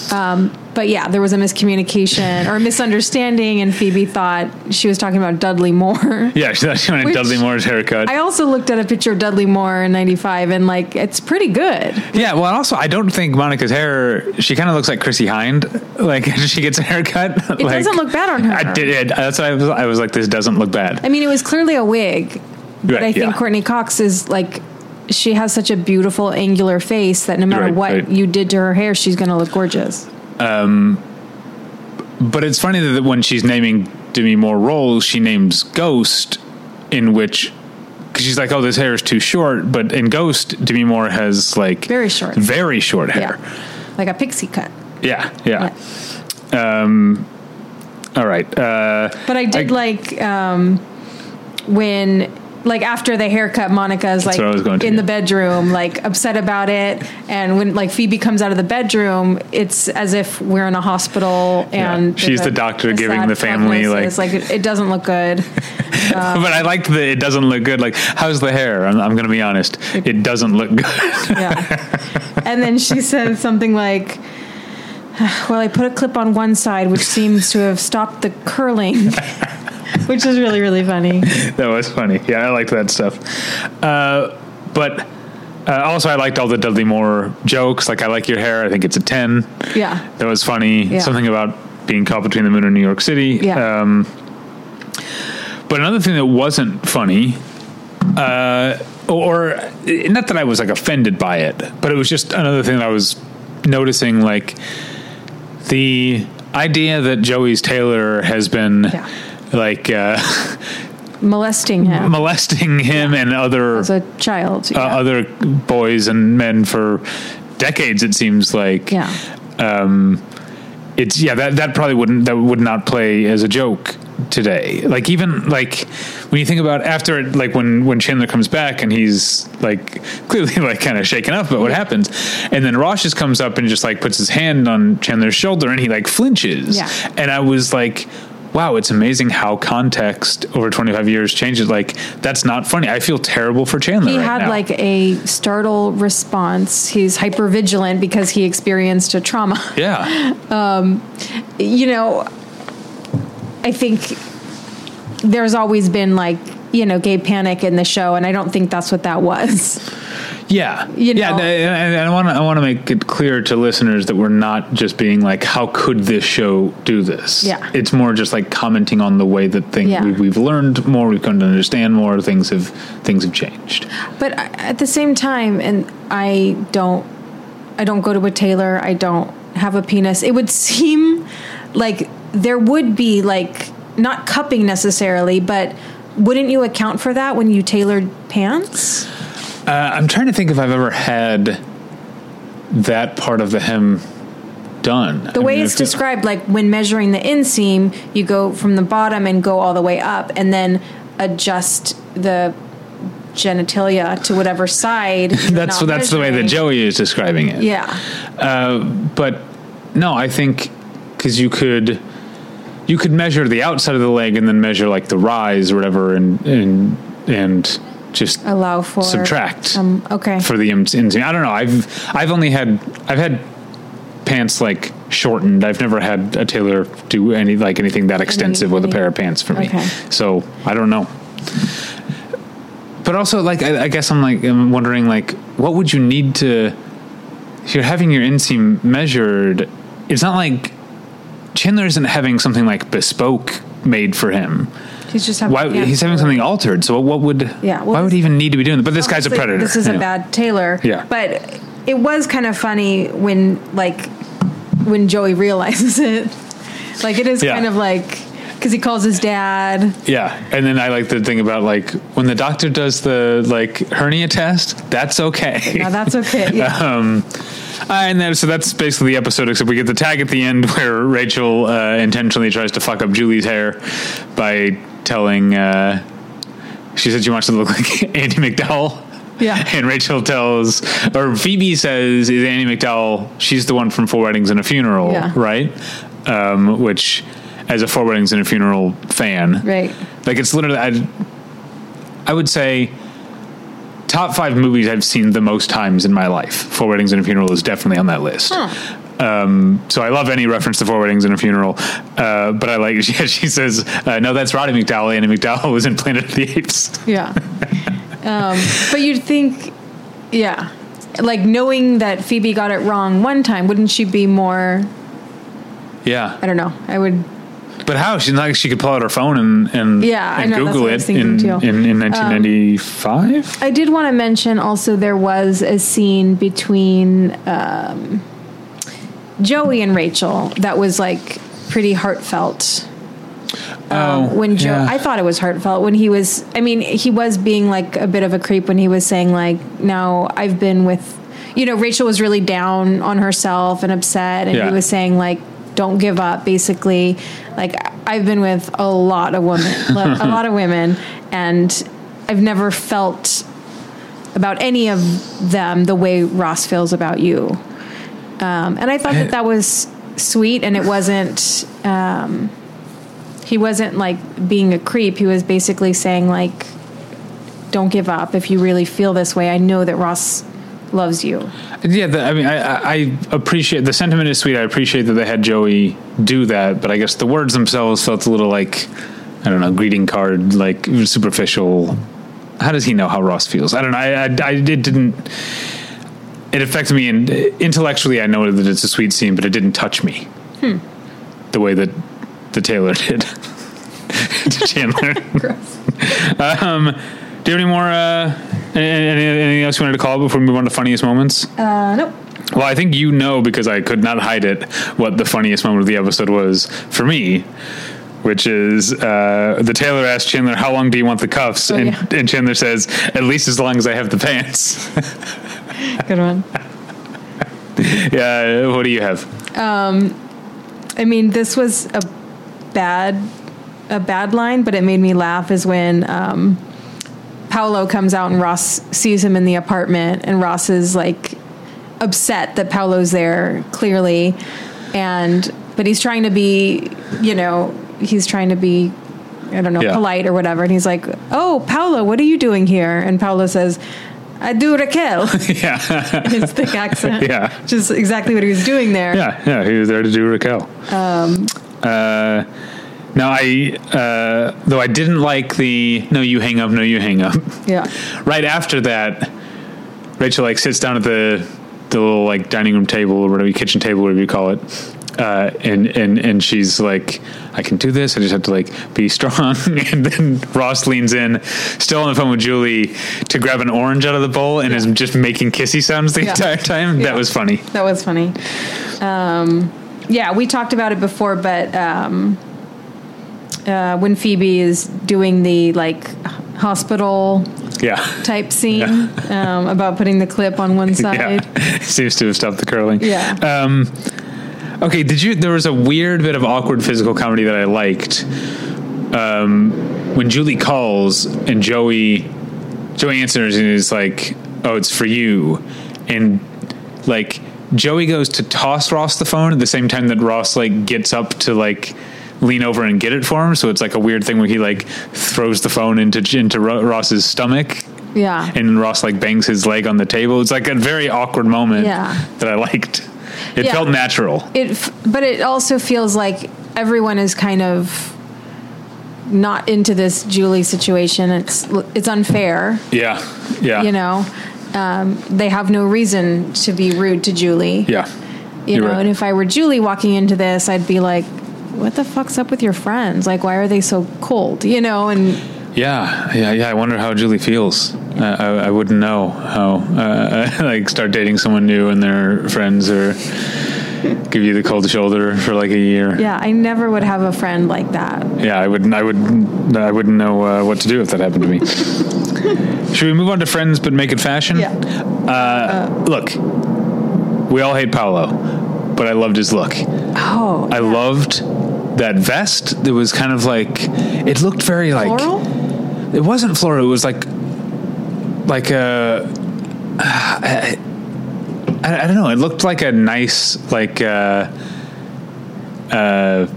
S2: But yeah, there was a miscommunication or a misunderstanding, and Phoebe thought she was talking about Dudley Moore. (laughs)
S1: Yeah, (laughs) she thought she wanted
S2: Which-
S1: Dudley Moore's haircut.
S2: I also looked at a picture of Dudley Moore in '95, and like it's pretty good.
S1: Yeah, well, and also I don't think Monica's hair. She kind of looks like Chrissy Hind. (laughs) Like she gets a haircut. (laughs) It
S2: doesn't look bad on her.
S1: I did. It, that's why I was, I was like, this doesn't look bad.
S2: I mean, it was clearly a wig, but
S1: Right,
S2: I think
S1: yeah.
S2: Courtney Cox is like she has such a beautiful angular face that no matter
S1: Right,
S2: what
S1: right.
S2: you did to her hair, she's going to look gorgeous.
S1: But it's funny that when she's naming Demi Moore roles, she names Ghost, in which because she's like, oh, this hair is too short. But in Ghost, Demi Moore has like
S2: Very short.
S1: very short hair.
S2: Yeah, like a pixie cut.
S1: Yeah, yeah. Um, All right. Uh,
S2: But I did
S1: I-
S2: like um, when, like after the haircut, Monica's like
S1: what I was going to,
S2: in the
S1: yeah.
S2: bedroom, like upset about it, and when like Phoebe comes out of the bedroom, it's as if we're in a hospital
S1: Yeah.
S2: and there's
S1: She's
S2: a-
S1: the doctor
S2: a
S1: giving
S2: sad
S1: the family,
S2: prognosis. like it, it doesn't
S1: (laughs)
S2: look good.
S1: but I like that it doesn't look good. Like, how's the hair? I'm, I'm going to be honest. It doesn't look (laughs) good.
S2: Yeah. and then she said something like, "Well, I put a clip on one side, which seems to have stopped the
S1: (laughs)
S2: curling." Which is really, really funny.
S1: that was funny. Yeah, I liked that stuff. Uh, but uh, also, I liked all the Dudley Moore jokes. Like, I like your hair. I think it's a ten.
S2: Yeah.
S1: That was funny.
S2: Yeah.
S1: Something about being caught between the moon and New York City.
S2: Yeah.
S1: Um, but another thing that wasn't funny, uh, or eh, not that I was like offended by it, but it was just another thing that I was noticing, like the idea that Joey's Taylor has been
S2: Yeah.
S1: like. Uh,
S2: Molesting him
S1: (laughs) molesting him and other
S2: as a child.
S1: uh,
S2: yeah.
S1: other boys and men for decades. It seems like
S2: Yeah.
S1: it's yeah that that probably wouldn't that would not play as a joke today. Like even like when you think about after it, like when when Chandler comes back and he's like (laughs) clearly like kind of shaken up about what happens, and then Rosh just comes up and just like puts his hand on Chandler's shoulder and he like flinches.
S2: Yeah.
S1: And I was like. Wow, it's amazing how context over 25 years changes. Like, that's not funny. I feel terrible for Chandler.
S2: He
S1: right
S2: had
S1: now.
S2: like a startle response. He's hyper vigilant because he experienced a trauma. (laughs)
S1: Yeah.
S2: You know, I think there's always been like you know gay panic in the show, and I don't think that's what
S1: (laughs)
S2: that was.
S1: Yeah,
S2: You
S1: yeah.
S2: know?
S1: th- And and I want to I want to make it clear to listeners that we're not just being like, how could this show do this?
S2: Yeah.
S1: it's more just like commenting on the way that things
S2: Yeah.
S1: we, we've learned more, we've come to understand more. Things have things have changed.
S2: But I- at the same time, and I don't, I don't go to a tailor. I don't have a penis. It would seem like there would be like not cupping necessarily, but wouldn't you account for that when you tailored pants?
S1: Uh, I'm trying to think if I've ever had that part of the hem done.
S2: The way it's described, like when measuring the inseam, you go from the bottom and go all the way up, and then adjust the genitalia to
S1: (laughs)
S2: whatever side. you're
S1: That's
S2: not
S1: that's the way that
S2: measuring.
S1: Joey is describing it.
S2: Yeah,
S1: Uh, but no, I think because you could you could measure the outside of the leg and then measure like the rise or whatever, and and and just
S2: allow for
S1: subtract
S2: Um, okay,
S1: for the ins- ins- I don't know. I've I've only had I've had pants like shortened. I've never had a tailor do any like anything that extensive with a pair of pants for me.
S2: Okay.
S1: So I don't know. But also, like I, I guess I'm like I'm wondering like what would you need to if you're having your inseam measured? It's not like Chandler isn't having something like bespoke made for him.
S2: he's just having.
S1: Why he's having something altered? So what would
S2: Yeah, well,
S1: why would
S2: this-
S1: he even need to be doing? that? But this guy's a
S2: Obviously,
S1: predator.
S2: This is
S1: you
S2: a
S1: know.
S2: bad tailor.
S1: Yeah.
S2: But it was kind of funny when like when Joey realizes it. Like it is
S1: Yeah.
S2: kind of like because he calls his dad.
S1: Yeah, and then I like the thing about like when the doctor does the like hernia test, that's
S2: (laughs)
S1: okay.
S2: Now that's okay. Yeah.
S1: (laughs) um, uh, and then so that's basically the episode. Except we get the tag at the end (laughs) where Rachel uh, intentionally tries to fuck up Julie's hair by telling. Uh, she said she wants to look like (laughs) Andy McDowell.
S2: Yeah.
S1: (laughs) And Rachel tells, or Phoebe says, is Annie McDowell, she's the one from Four Weddings and a Funeral,
S2: Yeah.
S1: right? Um, which, as a Four Weddings and a Funeral fan,
S2: Right.
S1: like it's literally, I, I would say, top five movies I've seen the most times in my life. Four Weddings and a Funeral is definitely on that list. Um, so I love any reference to Four Weddings and a Funeral, uh, but I like (laughs) she, she says, uh, "No, that's Roddy McDowell. Andy McDowell was in Planet of the Apes."
S2: Yeah. um, but you'd think, yeah, like knowing that Phoebe got it wrong one time, wouldn't she be more?
S1: Yeah,
S2: I don't know. I would.
S1: but how? She's not like she could pull out her phone and and,
S2: Yeah, I
S1: and
S2: know, that's
S1: Google
S2: what I was
S1: it
S2: thinking
S1: in,
S2: too. Um,
S1: in in 1995.
S2: I did want to mention also there was a scene between um, Joey and Rachel that was like pretty heartfelt. Um, when Joe,
S1: yeah.
S2: I thought it was heartfelt when he was. I mean, he was being like a bit of a creep when he was saying like, "No, I've been with," you know, Rachel was really down on herself and upset, and
S1: Yeah.
S2: he was saying like, "Don't give up." Basically, like I've been with a lot of women, lo- a lot of women, and I've never felt about any of them the way Ross feels about you. Um, and I thought that that was sweet, and it wasn't. Um, he wasn't like being a creep. He was basically saying like, "Don't give up if you really feel this way." I know that Ross loves you.
S1: Yeah, the, I mean, I, I- I appreciate the sentiment is sweet. I appreciate that they had Joey do that, but I guess the words themselves felt a little like I don't know, greeting card, like superficial. How does he know how Ross feels? I don't know. I, I, I it didn't. It affected me, and intellectually, I know that it's a sweet scene, but it didn't touch me the way that the tailor did (laughs) to Chandler. um, do you have any more? Uh, any- any, anything else you wanted to call before we move on to funniest moments?
S2: Uh, nope.
S1: Well, I think you know because I could not hide it what the funniest moment of the episode was for me, which is uh, the tailor asked Chandler, "How long do you want the cuffs?" and,
S2: yeah.
S1: and Chandler says, "At least as long as I have the pants." (laughs)
S2: Good one.
S1: yeah, what do you have? (laughs)
S2: I mean, this was a bad a bad line, but it made me laugh. Is when um, Paolo comes out and Ross sees him in the apartment, and Ross is like upset that Paolo's there clearly, and but he's trying to be, you know, he's trying to be. I don't know,
S1: Yeah.
S2: polite or whatever. And he's like, Oh, Paolo, what are you doing here? And Paolo says, I do Raquel (laughs)
S1: yeah, (laughs)
S2: in his thick accent.
S1: Yeah.
S2: Which is exactly what he was doing there.
S1: yeah, yeah. He was there to do Raquel. Um, uh, Now I uh, though I didn't like the no you hang up no you hang up.
S2: Yeah.
S1: Right after that, Rachel like sits down at the the little like dining room table or whatever kitchen table whatever you call it. Uh, and and and she's like, I can do this. I just have to like be strong. (laughs) and then Ross leans in, still on the phone with Julie, to grab an orange out of the bowl, and is just making kissy sounds the
S2: Yeah.
S1: entire time.
S2: Yeah.
S1: That was funny.
S2: That was funny. Um, yeah, we talked about it before, but um, uh, when Phoebe is doing the like hospital
S1: Yeah,
S2: type scene (laughs) um, about putting the clip on one side,
S1: (laughs) yeah. Seems to have stopped the curling.
S2: yeah,
S1: Um, okay, did you? There was a weird bit of awkward physical comedy that I liked. Um, when Julie calls and Joey, Joey answers and is like, "Oh, it's for you," and like Joey goes to toss Ross the phone at the same time that Ross like gets up to like lean over and get it for him. So it's like a weird thing where he like throws the phone into into Ro- Ross's stomach
S2: yeah.
S1: and Ross like bangs his leg on the table. It's like a very awkward moment
S2: Yeah.
S1: that I liked. It
S2: Yeah.
S1: felt natural.
S2: it f- but it also feels like everyone is kind of not into this Julie situation. It's it's unfair,
S1: Yeah, yeah,
S2: you know. Um, they have no reason to be rude to Julie.
S1: yeah,
S2: you
S1: You're
S2: know
S1: right.
S2: and if i were julie walking into this i'd be like what the fuck's up with your friends like why are they so cold you know and
S1: yeah, yeah, yeah. I wonder how Julie feels. I, I, I wouldn't know how uh, (laughs) like start dating someone new and their friends or give you the cold shoulder for like a year.
S2: yeah i never would have a friend like that
S1: Yeah, I wouldn't. I would. I wouldn't know uh, what to do if that happened to me.
S2: (laughs)
S1: Should we move on to friends but make it fashion?
S2: Yeah.
S1: Uh, look, we all hate Paolo, but I loved his look.
S2: oh
S1: I loved that vest. That was kind of like it looked very like
S2: floral
S1: it wasn't floral. It was like like a. I, I, I don't know. It looked like a nice like. Uh, uh,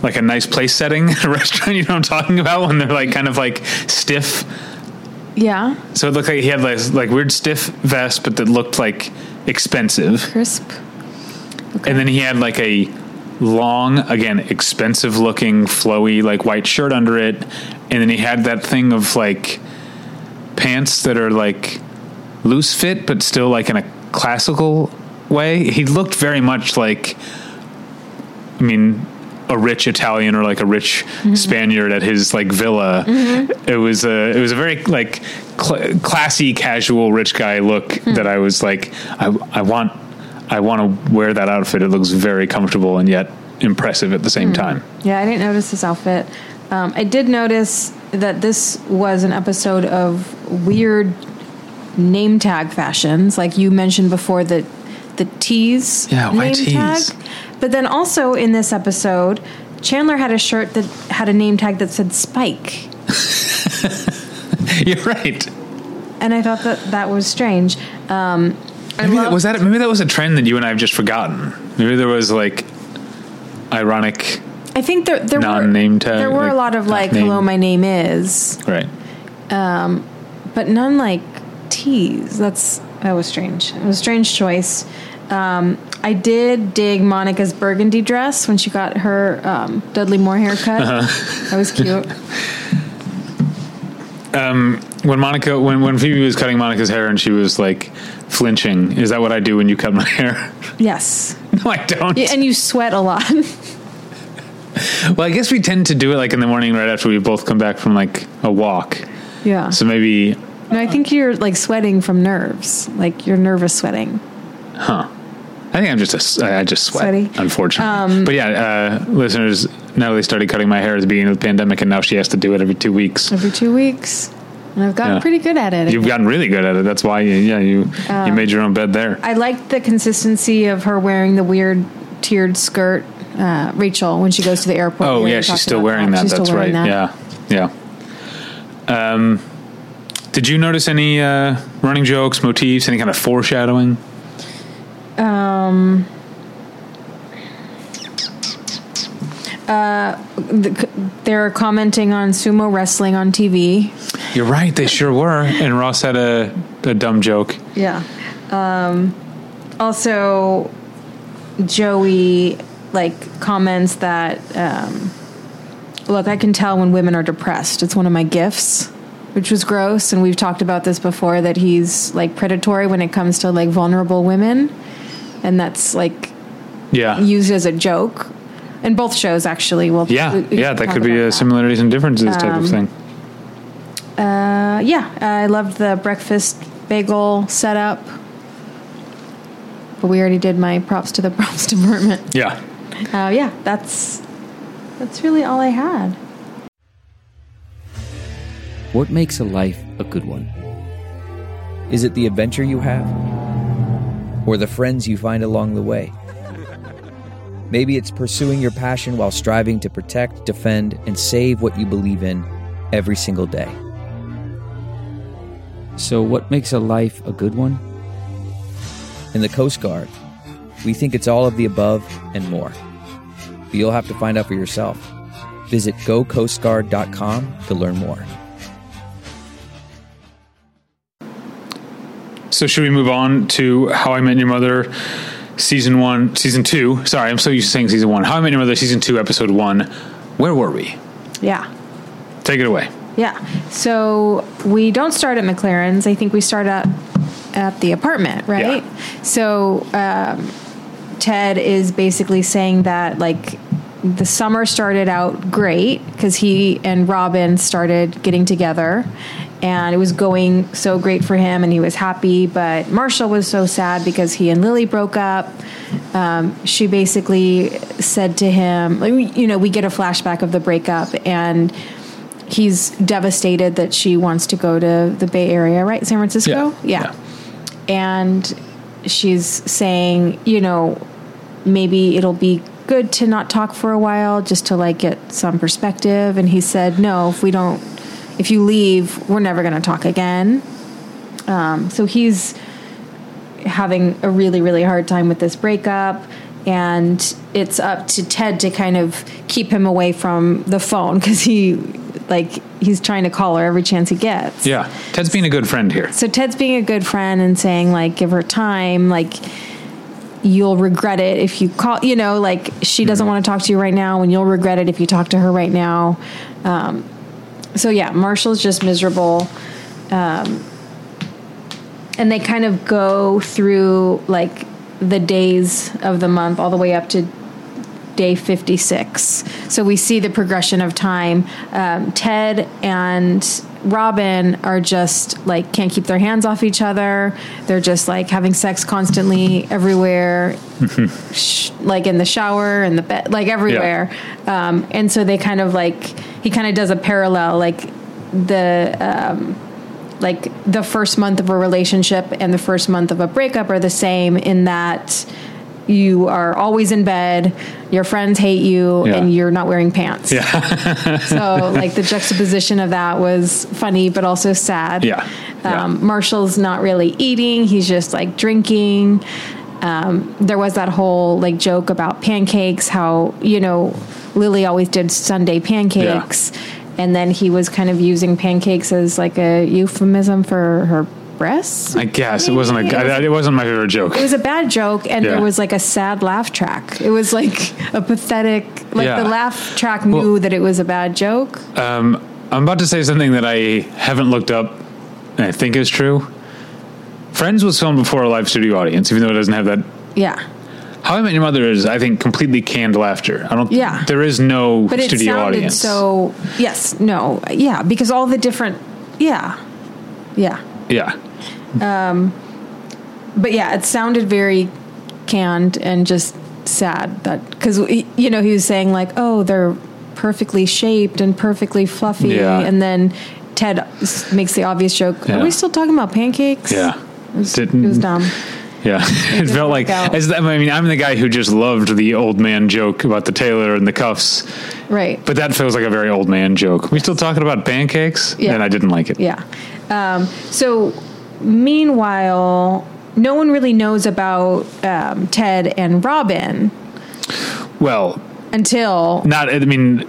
S1: like a nice place setting, (laughs) a restaurant. You know what I'm talking about when they're like kind of like stiff.
S2: yeah
S1: So it looked like he had like, like weird stiff vest, but that looked like expensive.
S2: crisp
S1: And then he had like a long, again, expensive looking, flowy, like white shirt under it. And then he had that thing of like pants that are like loose fit, but still like in a classical way. He looked very much like, I mean, a rich Italian or like a rich
S2: Mm-hmm.
S1: Spaniard at his like villa. It was a it was a very like cl- classy, casual rich guy look
S2: Mm-hmm.
S1: that I was like I I want I want to wear that outfit. It looks very comfortable and yet impressive at the same
S2: Mm.
S1: time. (laughs)
S2: yeah i didn't notice this outfit um, i did notice that this was an episode of weird name tag fashions like you mentioned before the the tees
S1: Yeah, why tees?
S2: but then also in this episode chandler had a shirt that had a name tag that said spike
S1: You're right.
S2: and i thought that that was strange um, I
S1: Maybe
S2: love-
S1: that, was that maybe that was a trend that you and I have just forgotten. Maybe there was like ironic
S2: i think there, there
S1: Non-name
S2: were
S1: tag,
S2: there were
S1: like,
S2: a lot of like
S1: name.
S2: hello my name is
S1: right.
S2: but none like teas. That's that was strange. It was a strange choice. Um, I did dig Monica's burgundy dress when she got her um, Dudley Moore haircut.
S1: Uh-huh.
S2: That was cute.
S1: (laughs) when Monica when when Phoebe was cutting Monica's hair and she was like flinching. Is that what I do when you cut my (laughs) hair?
S2: yes,
S1: (laughs) no, I don't.
S2: Yeah, and you sweat a lot. (laughs)
S1: Well, I guess we tend to do it like in the morning right after we both come back from like a walk.
S2: yeah.
S1: So maybe
S2: No, I think you're like sweating from nerves. Like you're nervous sweating.
S1: I think I'm just a s I I just sweat,
S2: Sweaty. Um,
S1: unfortunately. but yeah, uh, listeners, Natalie started cutting my hair at the beginning of the pandemic, and now she has to do it every two weeks.
S2: Every two weeks, and I've gotten
S1: Yeah.
S2: pretty good at it.
S1: You've gotten really good at it. That's why, you, yeah, you
S2: Um,
S1: you made your own bed there.
S2: I liked the consistency of her wearing the weird tiered skirt. Uh, Rachel, when she goes to the airport.
S1: Oh
S2: We
S1: yeah,
S2: already
S1: she's
S2: talked
S1: still
S2: about
S1: wearing that.
S2: She's still
S1: That's
S2: wearing
S1: right.
S2: that.
S1: Yeah, yeah. Um, did you notice any uh, running jokes, motifs, any kind of foreshadowing?
S2: the, they're commenting on sumo wrestling on TV.
S1: You're right, they sure were. And Ross had a, a dumb joke.
S2: Yeah. Um, also, Joey like comments that um, look, I can tell when women are depressed. It's one of my gifts, which was gross. And we've talked about this before that he's like predatory when it comes to like vulnerable women. And that's like
S1: Yeah.
S2: used as a joke. In both shows, actually. Well,
S1: yeah.
S2: we- we
S1: yeah.
S2: can
S1: That
S2: talk
S1: could be
S2: about
S1: a
S2: that. Um,
S1: similarities and differences type of thing.
S2: Uh, yeah, I loved the breakfast bagel setup. But we already did my props to the (laughs) props department.
S1: Yeah.
S2: Uh, yeah, that's that's really all I had.
S3: What makes a life a good one?
S4: Is it the adventure you have? Or the friends you find along the way? Maybe it's pursuing your passion while striving to protect, defend, and save what you believe in every single day.
S3: So, what makes a life a good one?
S4: In the Coast Guard, we think it's all of the above and more. But you'll have to find out for yourself. Visit gocoastguard.com to learn more.
S1: So should we move on to How I Met Your Mother, season one, season two? Sorry, I'm so used to saying season one. How I Met Your Mother, season two, episode one. Where were we?
S2: Yeah,
S1: Take it away.
S2: yeah. So we don't start at McLaren's. I think we start at at the apartment, right? So um, Ted is basically saying that like the summer started out great because he and Robin started getting together. And it was going so great for him, and he was happy. But Marshall was so sad because he and Lily broke up. she basically said to him, like, we- you know, we get a flashback of the breakup, and he's devastated that she wants to go to the Bay Area, right? San Francisco?
S1: Yeah.
S2: And she's saying, you know, maybe it'll be good to not talk for a while just to like get some perspective. And he said, no, if we don't, if you leave, we're never going to talk again. Um, so he's having a really, really hard time with this breakup. And it's up to Ted to kind of keep him away from the phone because he, like, he's trying to call her every chance he gets.
S1: Yeah. Ted's being a good friend here.
S2: So Ted's being a good friend and saying, like, give her time. Like, you'll regret it if you call, you know, like, she doesn't want to talk to you right now, and you'll regret it if you talk to her right now. Um, so, yeah, Marshall's just miserable. Um, and they kind of go through, like, the days of the month all the way up to day 56. So we see the progression of time. Um, Ted and Robin are just like, can't keep their hands off each other. They're just like having sex constantly everywhere, sh- like in the shower and the bed, like everywhere. Um, and so they kind of like, he kind of does a parallel, like the, like the first month of a relationship and the first month of a breakup are the same in that you are always in bed, your friends hate you,
S1: Yeah.
S2: and you're not wearing pants. so, like, the juxtaposition of that was funny, but also sad.
S1: Yeah. Yeah.
S2: Um, Marshall's not really eating, he's just like drinking. Um, there was that whole like joke about pancakes, how, you know, Lily always did Sunday pancakes. And then he was kind of using pancakes as like a euphemism for her breasts.
S1: I guess it wasn't
S2: Maybe.
S1: a. I- It wasn't my favorite joke.
S2: It was a bad joke, and
S1: Yeah.
S2: there was like a sad laugh track. It was like a pathetic, like
S1: Yeah.
S2: the laugh track knew
S1: Well-
S2: that it was a bad joke.
S1: Um, I'm about to say something that I haven't looked up and I think is true. Friends was filmed before a live studio audience, even though it doesn't have that.
S2: Yeah.
S1: How I Met Your Mother is, I think, completely canned laughter. I don't.
S2: Yeah.
S1: There is no
S2: But it
S1: studio
S2: sounded
S1: audience.
S2: so, yes, no, yeah, because all the different, yeah, yeah.
S1: yeah.
S2: but yeah, it sounded very canned and just sad that because you know he was saying like, oh, they're perfectly shaped and perfectly fluffy,
S1: Yeah.
S2: and then Ted s- makes the obvious joke. Are
S1: Yeah.
S2: we still talking about pancakes?
S1: Yeah.
S2: it was, it
S1: Didn't-
S2: was dumb.
S1: Yeah, (laughs) it
S2: didn't
S1: felt
S2: work
S1: like
S2: out.
S1: as I mean, I'm the guy who just loved the old man joke about the tailor and the cuffs,
S2: Right.
S1: but that feels like a very old man joke. We still talking about pancakes,
S2: Yeah.
S1: and I didn't like it.
S2: Yeah. Um, so, meanwhile, no one really knows about um, Ted and Robin
S1: Well,
S2: until
S1: not. I mean.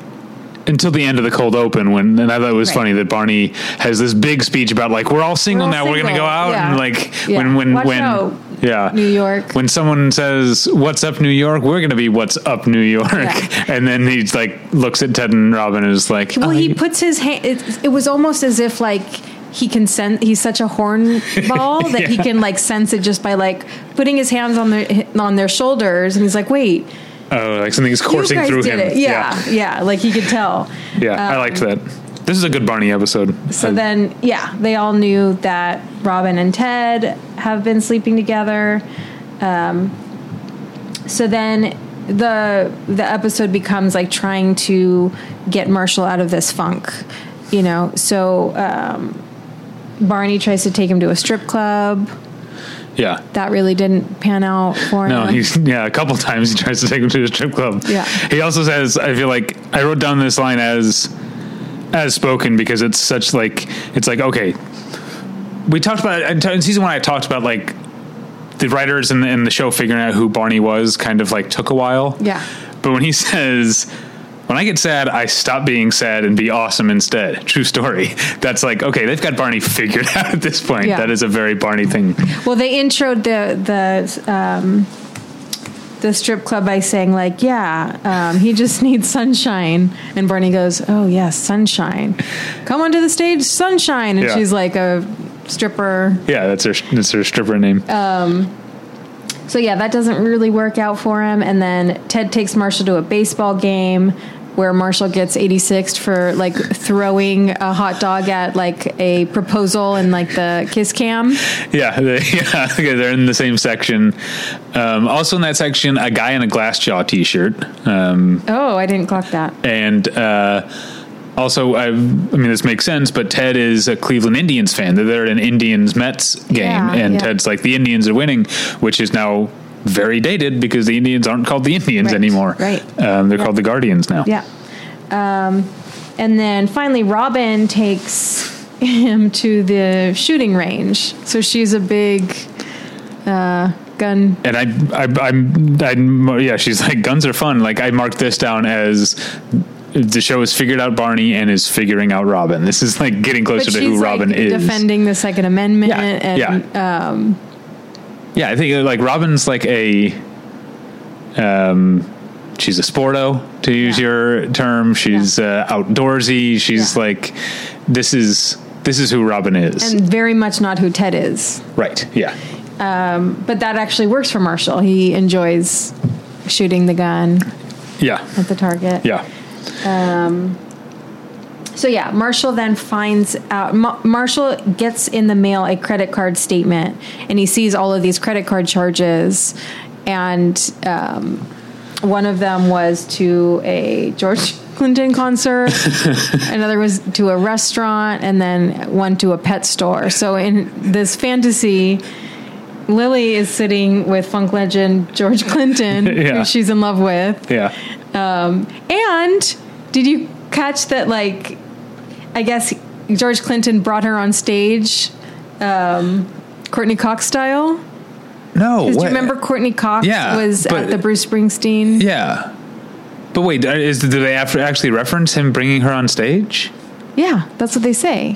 S1: Until the end of the cold open, when and I thought it was
S2: Right.
S1: funny that Barney has this big speech about like we're all single
S2: all
S1: now, we're gonna go
S2: single,
S1: out
S2: yeah.
S1: and like
S2: Yeah.
S1: when when
S2: Watch
S1: when
S2: out.
S1: Yeah.
S2: New York.
S1: When someone says, What's up, New York? We're going to be What's up, New York.
S2: Yeah.
S1: (laughs) And then he's like, looks at Ted and Robin and is like,
S2: Well,
S1: "I-
S2: he puts his hand. It, it was almost as if like he can sense. He's such a
S1: (laughs)
S2: hornball that he
S1: Yeah.
S2: can like sense it just by like putting his hands on their on their shoulders, and he's like, "Wait,
S1: Oh, like something's
S2: you
S1: coursing
S2: guys
S1: through him.
S2: did it." Yeah, yeah, Like he could tell.
S1: Yeah. I liked that. This is a good Barney episode.
S2: So
S1: I-
S2: then, yeah, they all knew that Robin and Ted have been sleeping together. Um, so then the the episode becomes like trying to get Marshall out of this funk, you know. So um, Barney tries to take him to a strip club.
S1: Yeah.
S2: That really didn't pan out for
S1: No,
S2: him.
S1: he's yeah. A couple (laughs) times he tries to take him to a strip club.
S2: Uh-huh. Yeah.
S1: He also says, "I feel like I wrote down this line as as spoken because it's such like it's like okay. We talked about in in season one. I talked about like the writers and the, and the show figuring out who Barney was. Kind of like took a while.
S2: Yeah.
S1: But when he (laughs) says. When I get sad, I stop being sad and be awesome instead. True story. (laughs) That's like okay, they've got Barney figured (laughs) out at this point.
S2: Yeah.
S1: That is a very Barney thing.
S2: Well, they introed the the um, the strip club by saying like, "Yeah, um, he just (laughs) needs sunshine," and Barney goes, "Oh yes, sunshine. Come onto the stage, sunshine." And
S1: Yeah.
S2: she's like a stripper.
S1: Yeah, that's her. That's her stripper name.
S2: So yeah, that doesn't really work out for him. And then Ted takes Marshall to a baseball game. Where Marshall gets 86 for like throwing a hot dog at like a proposal and like the kiss cam.
S1: Yeah, (laughs) they, yeah, okay, they're in the same section. Um, also in that section, a guy in a Glassjaw T-shirt, um,
S2: Oh, I didn't clock that.
S1: and uh, also, I, I mean, this makes sense. But Ted is a Cleveland Indians fan. They're there at an Indians Mets game,
S2: Yeah,
S1: and
S2: yeah.
S1: Ted's like, the Indians are winning, which is now very dated because the Indians aren't called the Indians
S2: Right,
S1: anymore.
S2: right.
S1: Um, they're
S2: Yeah.
S1: called the Guardians now.
S2: Yeah. Um, and then finally, Robin takes him to the shooting range. So she's a big uh, gun.
S1: and I, I, I'm, I'm, yeah, she's like, guns are fun. Like I marked this down as the show has figured out Barney and is figuring out Robin. This is like getting closer to
S2: she's
S1: who
S2: like,
S1: Robin is.
S2: defending the Second Amendment.
S1: Yeah,
S2: and
S1: yeah.
S2: Uh,
S1: yeah, I think like Robin's like a, um, she's a sporto to use
S2: Yeah.
S1: your term. She's uh, outdoorsy. She's
S2: Yeah.
S1: like, this is this is who Robin is.
S2: and very much not who Ted is.
S1: right. Yeah.
S2: But that actually works for Marshall. He enjoys shooting the gun
S1: Yeah.
S2: at the target.
S1: Yeah.
S2: So yeah, Marshall then finds out. Ma- Marshall gets in the mail a credit card statement, and he sees all of these credit card charges, and um, one of them was to a George (laughs) Clinton concert, another was to a restaurant, and then one to a pet store. So in this fantasy. Lily is sitting with funk legend George Clinton,
S1: Yeah.
S2: who she's in love with,
S1: Yeah.
S2: and did you catch that? Like, I guess George Clinton brought her on stage, um, Courtney Cox style. 'Cause
S1: No.
S2: Do
S1: what-
S2: you remember Courtney Cox
S1: Yeah,
S2: was
S1: but-
S2: at the Bruce Springsteen?
S1: Yeah. But wait, uh, is do they af- actually reference him bringing her on stage?
S2: Yeah, that's what they say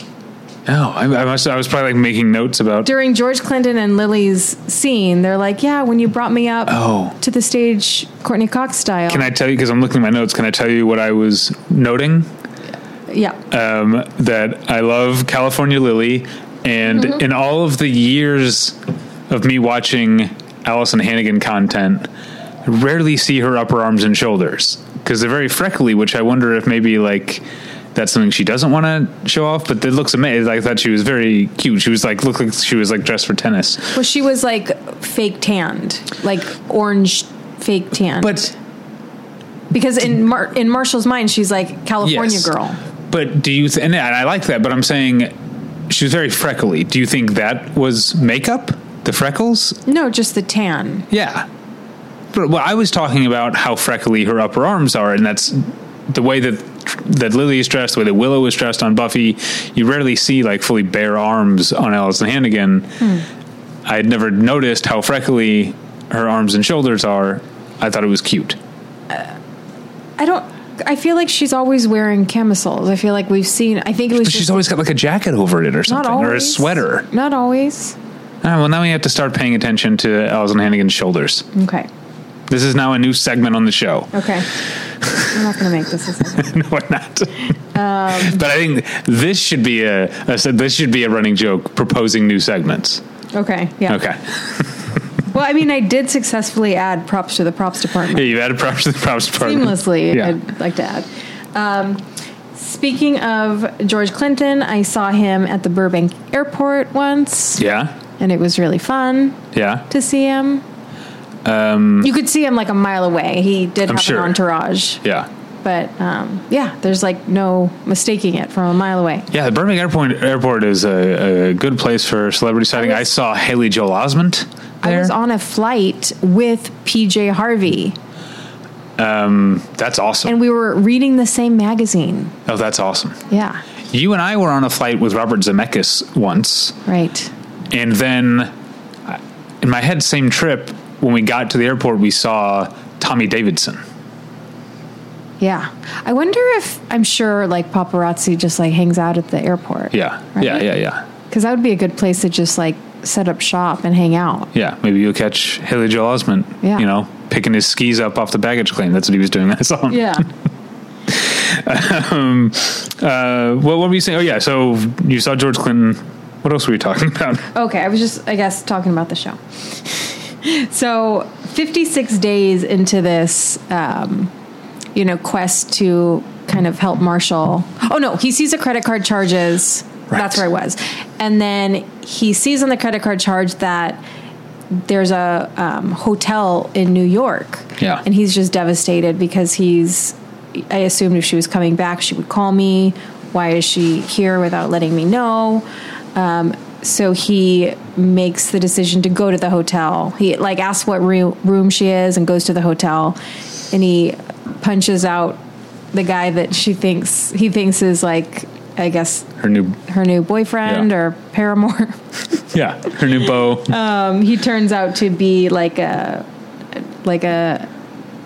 S1: No, I, I must. I was probably like making notes about.
S2: during George Clinton and Lily's scene. They're like, "Yeah, when you brought me up
S1: Oh.
S2: to the stage, Courtney Cox style."
S1: Can I tell you? Because I'm looking at my notes. Can I tell you what I was noting?
S2: yeah,
S1: Um, that I love California Lily, and
S2: Mm-hmm.
S1: in all of the years of me watching Allison Hannigan content, I rarely see her upper arms and shoulders because they're very freckly. Which I wonder if maybe like that's something she doesn't want to show off. But it looks amazing. I thought she was very cute. She was like looked like she was like dressed for tennis.
S2: well, she was like fake tanned, like orange fake tan.
S1: But
S2: because in Mar- in Marshall's mind, she's like California
S1: Yes.
S2: girl.
S1: But do you th- and I like that, but I'm saying she was very freckly. Do you think that was makeup? The freckles?
S2: No, just the tan.
S1: Yeah. But well, I was talking about how freckly her upper arms are, and that's the way that that Lily is dressed, the way that Willow is dressed on Buffy. You rarely see like fully bare arms on Allison Hannigan. I had never noticed how freckly her arms and shoulders are. I thought it was cute.
S2: I don't. I feel like she's always wearing camisoles. I feel like we've seen. I think it was
S1: But
S2: just
S1: she's always got like a jacket over it or
S2: not
S1: something,
S2: always
S1: or a sweater.
S2: Not always.
S1: Ah, well, now we have to start paying attention to Allison Hannigan's shoulders.
S2: Okay.
S1: This is now a new segment on the show. (laughs)
S2: Okay. I'm not going to make this a second.
S1: no, we're not.
S2: Um,
S1: but I think this should be a, a so this should be a running joke proposing new segments.
S2: Okay. Yeah.
S1: Okay,
S2: Well, I mean, I did successfully add props to the props department.
S1: yeah, you added props (laughs) to the props department.
S2: seamlessly.
S1: Yeah.
S2: I'd like to add. Um, speaking of George Clinton, I saw him at the Burbank airport once,
S1: yeah,
S2: and it was really fun
S1: yeah.
S2: to see him. Um, you could see him like a mile away. He did have
S1: sure.
S2: an entourage,
S1: Yeah.
S2: but um, yeah, there's like no mistaking it from a mile away.
S1: Yeah, the Birmingham Airport Airport is a, a good place for celebrity sighting. I,
S2: was-
S1: saw Haley Joel Osment
S2: I
S1: there.
S2: was on a flight with PJ Harvey,
S1: that's awesome.
S2: and we were reading the same magazine.
S1: oh, that's awesome.
S2: Yeah,
S1: You and I were on a flight with Robert Zemeckis once,
S2: right.
S1: and then I- in my head, same trip. When we got to the airport, we saw Tommy Davidson.
S2: Yeah. I wonder if I'm sure like paparazzi just like hangs out at the airport.
S1: Yeah, yeah, yeah, yeah.
S2: Because that would be a good place to just like set up shop and hang out.
S1: Yeah, maybe you'll catch Haley Joel Osment.
S2: Yeah.
S1: You know, picking his skis up off the baggage claim. That's what he was doing. (laughs) That's all. Uh, what, what were you saying? Oh yeah. So you saw George Clinton. What else were we talking (laughs) about?
S2: okay. I was just, I guess, talking about the show. (laughs) so 56 days into this, um, you know, quest to kind of help Marshall. Oh, no. He sees the credit card charges. That's where I was. And then he sees on the credit card charge that there's a um, hotel in New York.
S1: Yeah.
S2: And he's just devastated because he's, I assumed if she was coming back, she would call me. Why is she here without letting me know? Um, so he makes the decision to go to the hotel. He like asks what roo- room she is and goes to the hotel, and he punches out the guy that she thinks he thinks is like I guess
S1: Her new.
S2: her new boyfriend
S1: Yeah.
S2: or paramour.
S1: Yeah, her new beau.
S2: Uh, he turns out to be like a like a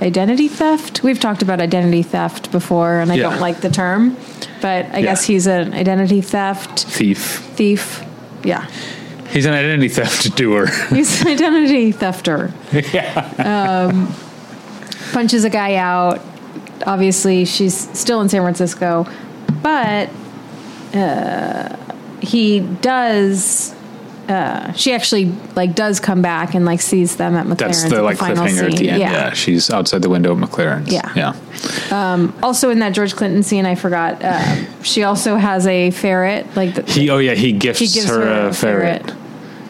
S2: identity theft. We've talked about identity theft before, and I
S1: Yeah.
S2: don't like the term, but I guess
S1: Yeah.
S2: he's an identity theft
S1: thief.
S2: thief. Yeah,
S1: He's an identity theft doer.
S2: he's (laughs) an identity thefter. yeah, um, punches a guy out. Obviously, she's still in San Francisco, but uh, he does. Uh, she actually like does come back and like sees them at McLaren's.
S1: That's
S2: at
S1: the like
S2: final
S1: cliffhanger at
S2: scene.
S1: the end. Yeah. she's outside the window of McLaren's.
S2: Yeah.
S1: yeah.
S2: Also, in that George Clinton scene, I forgot. Uh, she also has a ferret. Like the,
S1: He. Oh yeah, he gifts,
S2: He gives
S1: her,
S2: her
S1: a,
S2: a
S1: ferret.
S2: ferret.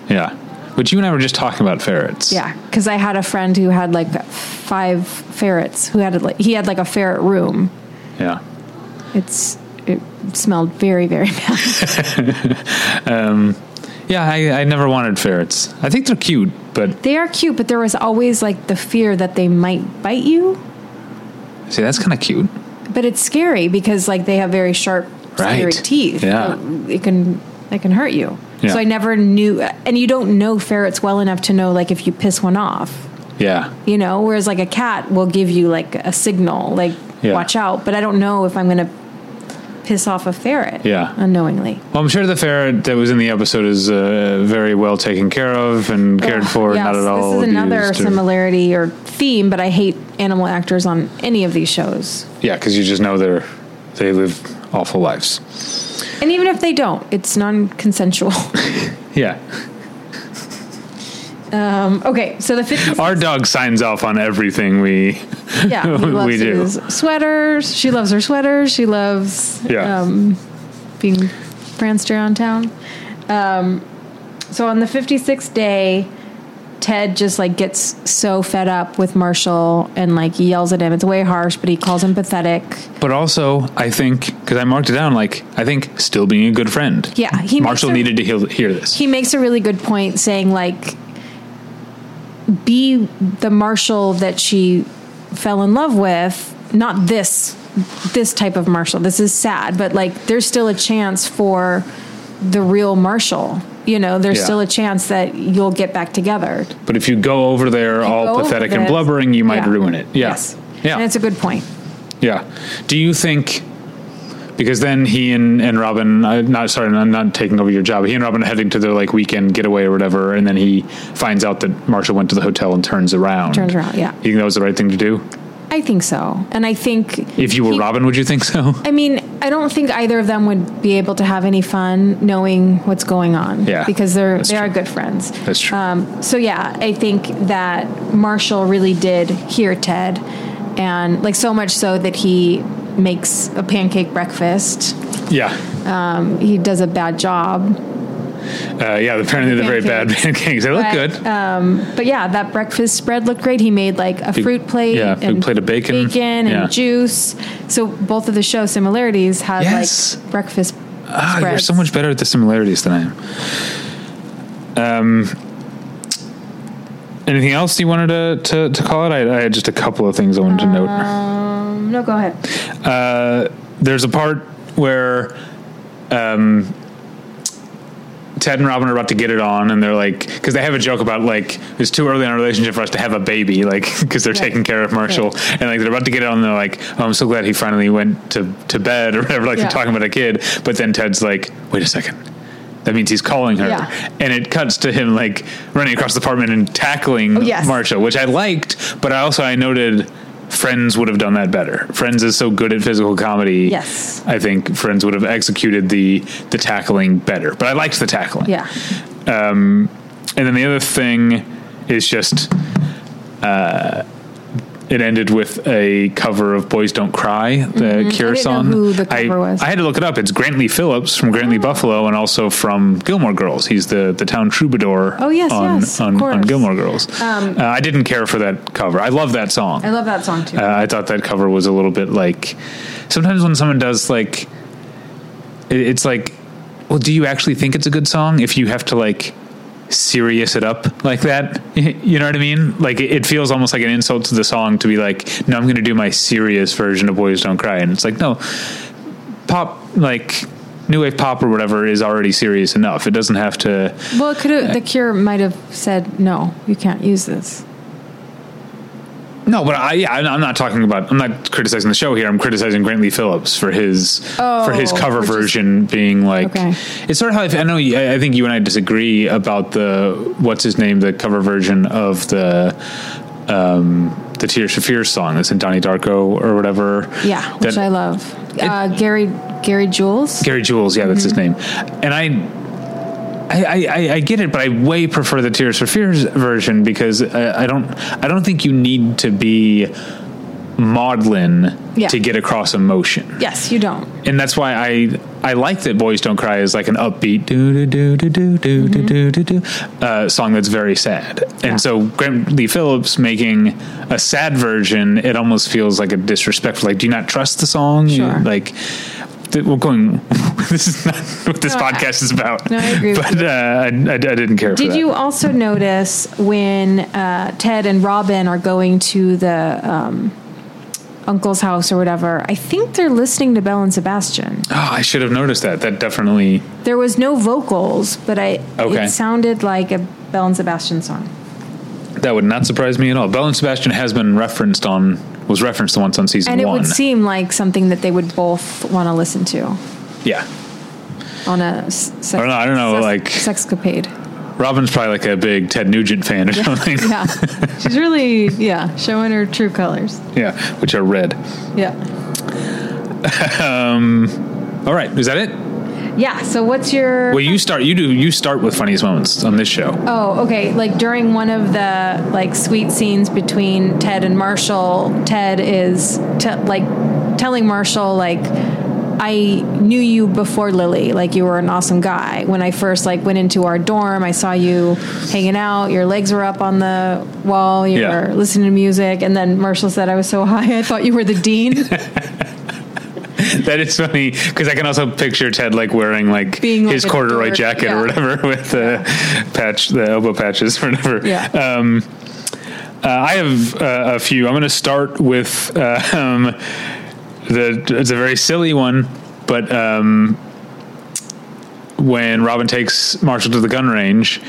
S1: Yeah, which you and I were just talking about ferrets.
S2: Yeah, because I had a friend who had like five ferrets. Who had like he had like a ferret room.
S1: yeah.
S2: It's it smelled very very (laughs) bad.
S1: Yeah, I, I never wanted ferrets. I think they're cute, but
S2: They are cute, but there was always like the fear that they might bite you.
S1: see, that's kind of cute.
S2: But it's scary because like they have very sharp, scary
S1: Right.
S2: teeth.
S1: Yeah.
S2: So it can it can hurt you.
S1: Yeah.
S2: So I never knew, and you don't know ferrets well enough to know like if you piss one off.
S1: Yeah,
S2: you know whereas like a cat will give you like a signal like
S1: Yeah.
S2: watch out but i don't know if i'm gonna piss off a ferret
S1: Yeah.
S2: unknowingly
S1: Well, I'm sure the ferret that was in the episode is uh, very well taken care of and cared for,
S2: Yes,
S1: not at all.
S2: this is another
S1: abused or-
S2: similarity or theme but i hate animal actors on any of these shows
S1: yeah, because you just know they're they live awful lives.
S2: and even if they don't it's non-consensual (laughs)
S1: Yeah,
S2: um, okay so the
S1: (laughs)
S2: 50
S1: our dog signs off on everything we.
S2: yeah he
S1: we
S2: loves
S1: do.
S2: his sweaters she loves her sweaters she loves
S1: Yeah.
S2: um, being pranced around town. Um, so on the 56th day, Ted just like gets so fed up with Marshall and like yells at him. It's way harsh, but he calls him pathetic.
S1: But also, I think because I marked it down, like I think still being a good friend.
S2: Yeah, he makes
S1: Marshall
S2: a-
S1: needed to heal, hear this.
S2: He makes a really good point saying like be the Marshall that she fell in love with, not this this type of Marshall. This is sad, but like there's still a chance for the real Marshall. You know, there's
S1: Yeah.
S2: still a chance that you'll get back together.
S1: but if you go over there
S2: go
S1: all
S2: over
S1: pathetic and
S2: this-
S1: blubbering, you might
S2: Yeah.
S1: ruin it. Yeah.
S2: Yes.
S1: Yeah.
S2: And it's a good point.
S1: Yeah. Do you think because then he and, and Robin, uh, not sorry, I'm not taking over your job. He and Robin are heading to their like weekend getaway or whatever, and then he finds out that Marsha went to the hotel and turns around.
S2: Turns around, yeah.
S1: You think that was the right thing to do?
S2: I think so. And I think
S1: If you were
S2: he- Um,
S1: Robin, would you think so?
S2: I mean, I don't think either of them would be able to have any fun knowing what's going on.
S1: Yeah,
S2: Because they're
S1: that's
S2: they are
S1: true.
S2: good friends.
S1: That's true.
S2: Um, so yeah, I think that Marshall really did hear Ted, and like so much so that he makes a pancake breakfast.
S1: yeah.
S2: He does a bad job,
S1: Uh, yeah, apparently they're very bad (laughs)
S2: Pancakes.
S1: pancakes. They look
S2: But, um,
S1: good.
S2: but yeah, that breakfast spread looked great. He made like a fruit plate,
S1: yeah, fruit
S2: and
S1: plate of bacon.
S2: bacon and
S1: Yeah.
S2: juice. So both of the show similarities had
S1: Yes.
S2: like breakfast.
S1: Ah, you're so
S2: spreads.
S1: much better at the similarities than I am. Um, anything else you wanted to, to, to call it? I, I had just a couple of things I wanted to note.
S2: Um, no, go ahead.
S1: there's a part where um, Ted and Robin are about to get it on, and they're like, because they have a joke about like it's too early in our relationship for us to have a baby, (laughs) like because they're
S2: Right.
S1: taking care of Marshall, and like they're about to get it on, and they're like, oh, I'm so glad he finally went to to bed or whatever, like
S2: Yeah.
S1: they're talking about a kid, but then Ted's like, wait a second. That means he's calling her,
S2: Yeah.
S1: and it cuts to him like running across the apartment and tackling
S2: Oh, yes.
S1: Marsha, which I liked, but I also I noted Friends would have done that better. Friends is so good at physical comedy.
S2: Yes.
S1: I think Friends would have executed the the tackling better. But I liked the tackling.
S2: Yeah.
S1: And then the other thing is just uh it ended with a cover of Boys Don't Cry, the Cure
S2: Mm-hmm. I didn't know
S1: song.
S2: who the cover was. Oh.
S1: I had to look it up. It's Grantley Phillips from Grantley Buffalo and also from Gilmore Girls. He's the, the town troubadour
S2: Oh, yes,
S1: on,
S2: yes, of
S1: on, on
S2: course. Um,
S1: Gilmore Girls. uh, I didn't care for that cover. I love that song.
S2: I love that song too.
S1: Uh, I thought that cover was a little bit like. Sometimes when someone does like, it, it's like, well, do you actually think it's a good song if you have to like serious it up like that? (laughs) you know what I mean? Like it, it feels almost like an insult to the song to be like, no, I'm going to do my serious version of Boys Don't Cry, and it's like, no, pop like. New wave pop or whatever is already serious enough. It doesn't have to.
S2: well, could
S1: uh,
S2: have, the Cure might have said no, you can't use this.
S1: No, but I, yeah, I'm I'm not talking about. I'm not criticizing the show here. I'm criticizing Grantley Phillips for his for his
S2: Oh,
S1: cover
S2: which is-
S1: version being like.
S2: Okay.
S1: It's sort of how I, f- I know. you- I I think you and I disagree about the what's his name, the cover version of the um, the Tears for Fears song that's in Donnie Darko or whatever.
S2: Yeah, which
S1: That-
S2: I love. uh, Gary Gary Jules.
S1: Gary Jules, yeah, that's his name. And I. I, I- I, I get it, but I way prefer the Tears for Fears version because I, I don't I don't think you need to be maudlin
S2: Yeah.
S1: to get across emotion,
S2: yes, you don't.
S1: and that's why I I like that Boys Don't Cry is like an upbeat do do do do do do do do do uh, song that's very sad,
S2: Mm-hmm. Yeah.
S1: and so Grant Lee Phillips making a sad version, it almost feels like a disrespectful. Like, do you not trust the song? You-
S2: Sure.
S1: Like, th- we're going. (laughs) this is not what this
S2: No, I-
S1: podcast is about.
S2: No, I agree with
S1: But uh, I, I, I didn't care. for
S2: Did
S1: that.
S2: you also notice when uh, Ted and Robin are going to the um, uncle's house or whatever? I think they're listening to Belle and Sebastian.
S1: Oh, I should have noticed that. That definitely.
S2: There was no vocals, but I
S1: Okay.
S2: it sounded like a Belle and Sebastian song.
S1: That would not surprise me at all. Bell and Sebastian has been referenced on. Was referenced once on season
S2: And it
S1: one.
S2: would seem like something that they would both want to listen to
S1: yeah.
S2: on a s- sex,
S1: don't know, I don't know,
S2: sex-
S1: like- (laughs)
S2: sexcapade.
S1: Robin's probably like a big Ted Nugent fan or something.
S2: (laughs) Yeah, she's really yeah showing her true colors.
S1: Yeah, which are red.
S2: Yeah,
S1: All right, is that it?
S2: yeah. So what's your?
S1: Well, you start. You do. You start with funniest moments on this
S2: (laughs)
S1: show.
S2: oh, okay. Like during one of the like sweet scenes between Ted and Marshall, Ted is te- like telling Marshall like. I knew you before Lily. Like you were an awesome guy. When I first like went into our dorm, I saw you hanging out. Your legs were up on the wall. You
S1: Yeah.
S2: were listening to music, and then Marshall said, "I was so (laughs) high, I thought you were the dean."
S1: That is funny because I can also picture Ted like wearing like
S2: Being, like,
S1: his
S2: a
S1: corduroy
S2: dork,
S1: jacket
S2: yeah.
S1: or whatever (laughs) with the patch, the elbow patches or whatever.
S2: Yeah.
S1: Um, uh, I have uh, a few. I'm going to start with uh, (laughs) um, the. It's a very silly one, but uh, um, when Robin takes Marshall to the gun range.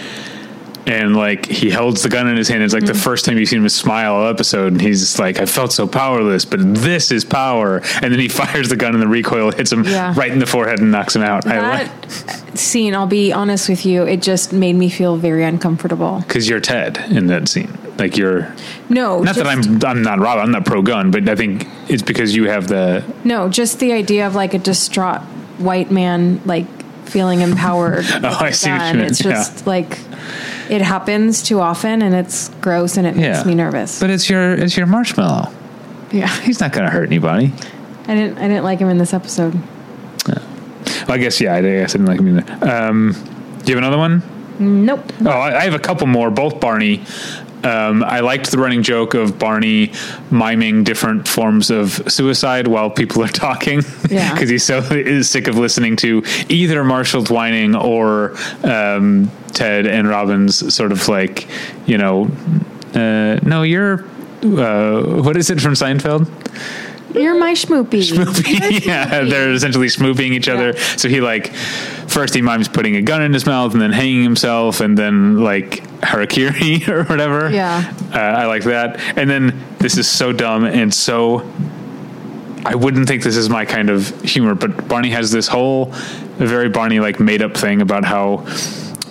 S1: and like he holds the gun in his hand. It's like
S2: Mm.
S1: the first time you've seen him smile all episode, and he's just like, "I felt so powerless, but this is power." And then he (laughs) fires the gun, and the recoil hits him
S2: Yeah.
S1: right in the forehead and knocks him out. (laughs) I like
S2: That scene, I'll be honest with you, it just made me feel very uncomfortable.
S1: because you're Ted in that scene. Like you're
S2: No,
S1: not
S2: just,
S1: that I'm I'm not Rob. I'm not pro gun, but I think it's because you have the
S2: no, just the idea of like a distraught white man like feeling
S1: (laughs)
S2: empowered. oh,
S1: I see what you mean,
S2: It's
S1: yeah.
S2: just like it happens too often, and it's gross, and it
S1: Yeah.
S2: makes me nervous.
S1: But it's your it's your marshmallow.
S2: yeah,
S1: He's not going to hurt anybody.
S2: I didn't, I didn't like him in this episode.
S1: Well, I guess yeah. I guess I didn't like him either. Um, do you have another one?
S2: Nope.
S1: Oh, I, I have a couple more, both Barney. Um, I liked the running joke of Barney miming different forms of suicide while people are (laughs) talking because
S2: Yeah.
S1: he's so is sick of listening to either Marshall's whining or um, Ted and Robin's sort of like, you know, uh, no, you're. Uh, what is it from Seinfeld?
S2: You're my schmoopy. (laughs)
S1: yeah, (laughs) they're essentially smooping each other.
S2: Yeah.
S1: So he like first he mimes putting a gun in his mouth and then hanging himself and then like harakiri (laughs) or whatever.
S2: Yeah.
S1: uh, I like that. And then this is so dumb and so. I wouldn't think this is my kind of humor, but Barney has this whole very Barney like made up thing about how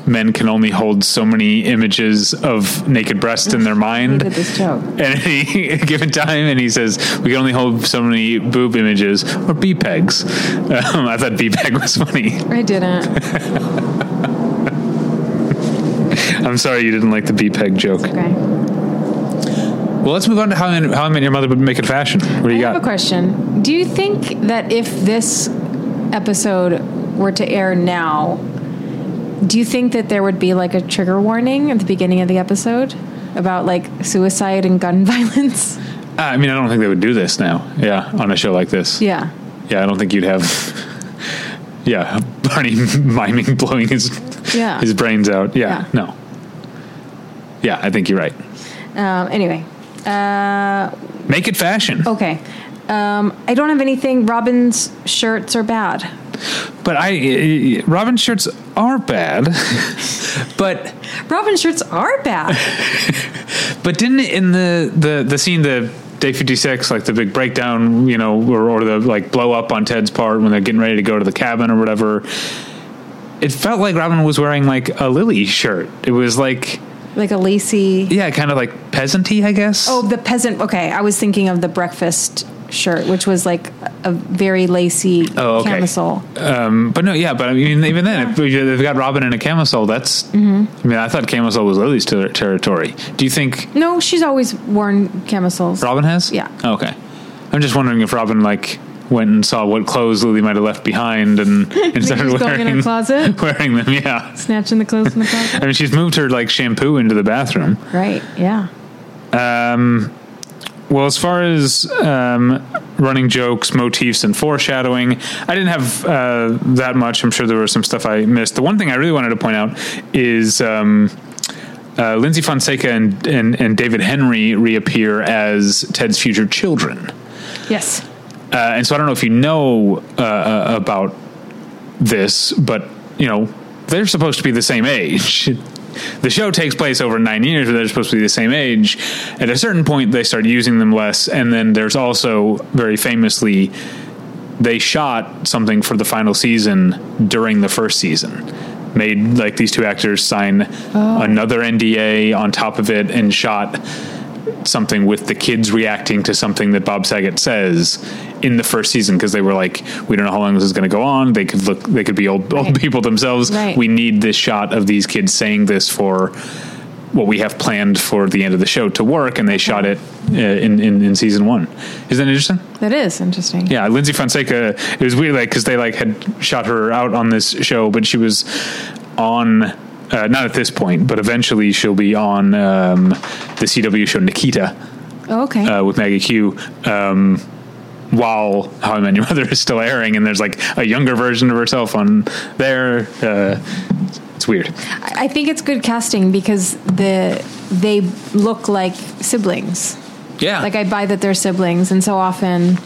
S1: men can only hold so many images of naked breasts
S2: (laughs)
S1: in their mind
S2: Did this joke.
S1: at (laughs) any given time, and he says we can only hold so many boob images or b pegs. Um, I thought b peg was funny. (laughs)
S2: I didn't.
S1: I'm sorry you didn't like the b peg joke.
S2: Okay.
S1: Well, let's move on to how I, how I met your mother, but make it fashion. What do you
S2: I have a
S1: got?
S2: question. Do you think that if this episode were to air now, do you think that there would be like a trigger warning at the beginning of the episode about like suicide and gun (laughs) violence?
S1: Uh, I mean, I don't think they would do this now. Yeah, on a show like this.
S2: Yeah.
S1: Yeah, I don't think you'd have. (laughs) yeah, Barney (laughs) miming blowing his
S2: Yeah.
S1: his brains out. Yeah,
S2: Yeah.
S1: no. Yeah, I think you're right.
S2: Um, anyway. Uh,
S1: Make it fashion.
S2: okay. Um, I don't have anything. Robin's shirts are bad.
S1: But I, eh, Robin shirts are bad. (laughs) but
S2: Robin's shirts are bad.
S1: But didn't in the the the scene the day fifty six like the big breakdown, you know, or, or the like blow up on Ted's part when they're getting ready to go to the cabin or whatever. It felt like Robin was wearing like a Lily shirt. It was like
S2: (laughs) like a lacy.
S1: yeah, kind of like peasanty, I guess.
S2: Oh, the peasant. Okay, I was thinking of the breakfast shirt, which was like a very lacy
S1: Oh, okay.
S2: camisole.
S1: Um, but no, yeah, but I mean, even then, if you- they've got Robin in a camisole. That's, I mean, I thought camisole was Lily's ter- territory. Do you think
S2: No, she's always worn camisoles.
S1: Robin has? Oh,
S2: Yeah.
S1: Okay. I'm just wondering if Robin like went and saw what clothes Lily might have left behind
S2: (laughs)
S1: and, and started
S2: she's going
S1: wearing
S2: in her
S1: (laughs)
S2: closet?
S1: Wearing them, yeah.
S2: Snatching the clothes in the
S1: (laughs)
S2: closet.
S1: I mean, she's moved her like shampoo into the bathroom.
S2: right. Yeah.
S1: Well, as far as um, running jokes, motifs, and foreshadowing, I didn't have uh, that much. I'm sure there was some stuff I missed. The one thing I really wanted to point out is um, uh, Lindsay Fonseca and, and, and David Henry reappear as Ted's future children.
S2: Yes.
S1: Uh, and so I don't know if you know uh, uh, about this, but you know they're supposed to be the same age. (laughs) The show takes place over nine years, but they're supposed to be the same age. At a certain point, they start using them less, and then there's also very famously they shot something for the final season during the first season. Made like these two actors sign another NDA on top of it and shot something with the kids reacting to something that Bob Saget says in the first season because they were like, we don't know how long this is going to go on. They could look, they could be old, old people themselves.
S2: Right.
S1: We need this shot of these kids saying this for what we have planned for the end of the show to work, and they shot it uh, in, in in season one. Isn't that interesting?
S2: That is interesting.
S1: Yeah, Lindsay Fonseca. It was weird, like because they like had shot her out on this show, but she was on. Uh, not at this point, but eventually she'll be on um, the CW show Nikita
S2: Okay.
S1: uh, with Maggie Q. Um, while How I Met Your Mother (laughs) is still airing, and there's like a younger version of herself on there. Uh, it's weird.
S2: I I think it's good casting because the they look like siblings.
S1: Yeah,
S2: Ah. Like I buy that they're siblings, and so often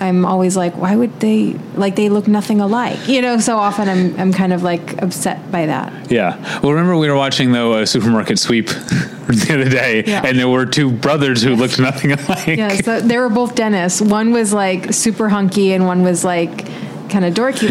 S2: I'm always like, why would they like they look nothing alike? You know, so often I'm I'm kind of like upset by that.
S1: Yeah. Well, remember we were watching though a supermarket sweep (laughs) the other day,
S2: Yeah.
S1: and there were two brothers who looked nothing (laughs) alike.
S2: Yeah, so they were both dentists. One was like super hunky, and one was like kind of dorky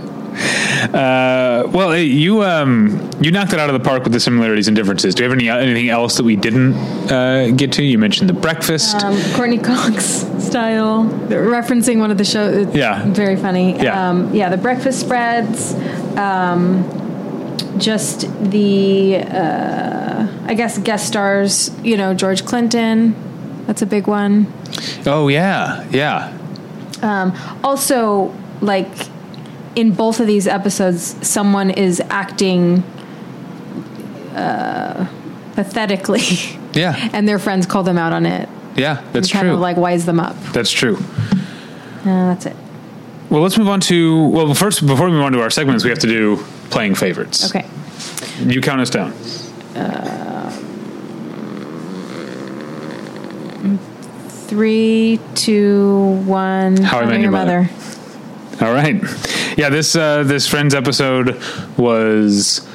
S1: (laughs) Yeah. Uh, well, eh, you um, you knocked it out of the park with the similarities and differences. Do you have any anything else that we didn't uh, get to? You mentioned the breakfast.
S2: Um, Courtney Cox style, referencing one of the shows. It's
S1: Yeah.
S2: very funny.
S1: Yeah.
S2: um, yeah. The breakfast spreads, um, just the uh, I guess guest stars. You know, George Clinton. That's a big one.
S1: oh yeah, yeah.
S2: also like in both of these episodes someone is acting uh, pathetically (laughs)
S1: Yeah.
S2: and their friends call them out on it
S1: Yeah, that's
S2: kind
S1: true.
S2: of like wise them up
S1: that's true.
S2: Uh, that's it
S1: Well, let's move on to well, first before we move on to our segments, we have to do playing favorites.
S2: okay
S1: You count us down.
S2: three two one
S1: How I
S2: How I
S1: Met Your Mother. All right. Yeah, this uh, this Friends episode was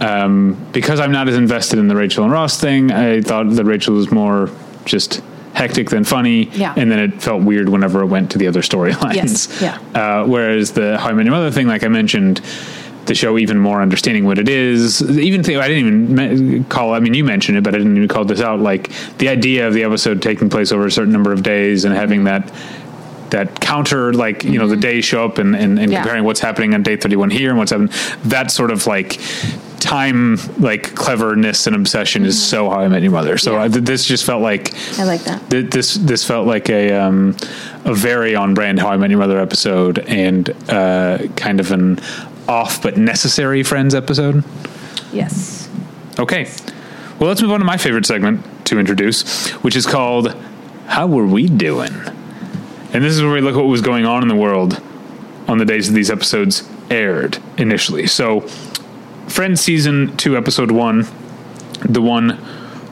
S1: um, because I'm not as invested in the Rachel and Ross thing. I thought that Rachel was more just hectic than funny.
S2: Yeah.
S1: And then it felt weird whenever it went to the other storylines.
S2: Yes, yeah.
S1: (laughs) Uh, whereas the How I Met Your Mother thing, like I mentioned. The show even more understanding what it is. Even th- I didn't even me- call. I mean, you mentioned it, but I didn't even call this out. Like the idea of the episode taking place over a certain number of days and having that that counter like you know the days show up and, and, and
S2: Yeah.
S1: comparing what's happening on day 31 here and what's happening that sort of like time like cleverness and obsession is so how i met your mother so I, th- this just felt like
S2: I like that.
S1: th- this this felt like a um a very on brand how i met your mother episode and uh kind of an off but necessary friends episode
S2: yes
S1: okay well let's move on to my favorite segment to introduce which is called how were we doing and this is where we look at what was going on in the world on the days that these episodes aired initially. So, Friends season two, episode one, the one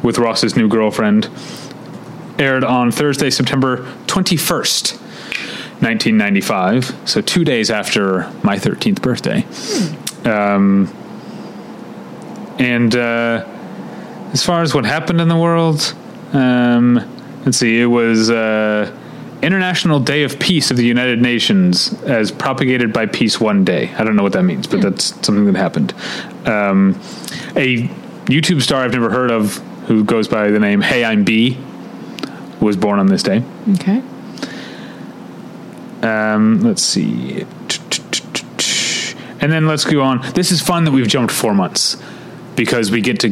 S1: with Ross's new girlfriend, aired on Thursday, September 21st, 1995. So, two days after my 13th birthday. Um, and uh, as far as what happened in the world, um, let's see, it was. Uh, International Day of Peace of the United Nations as propagated by Peace One Day. I don't know what that means, but that's something that happened. Um, a YouTube star I've never heard of who goes by the name Hey I'm B was born on this day.
S2: okay
S1: Um, let's see. And then let's go on. This is fun that we've jumped four months because we get to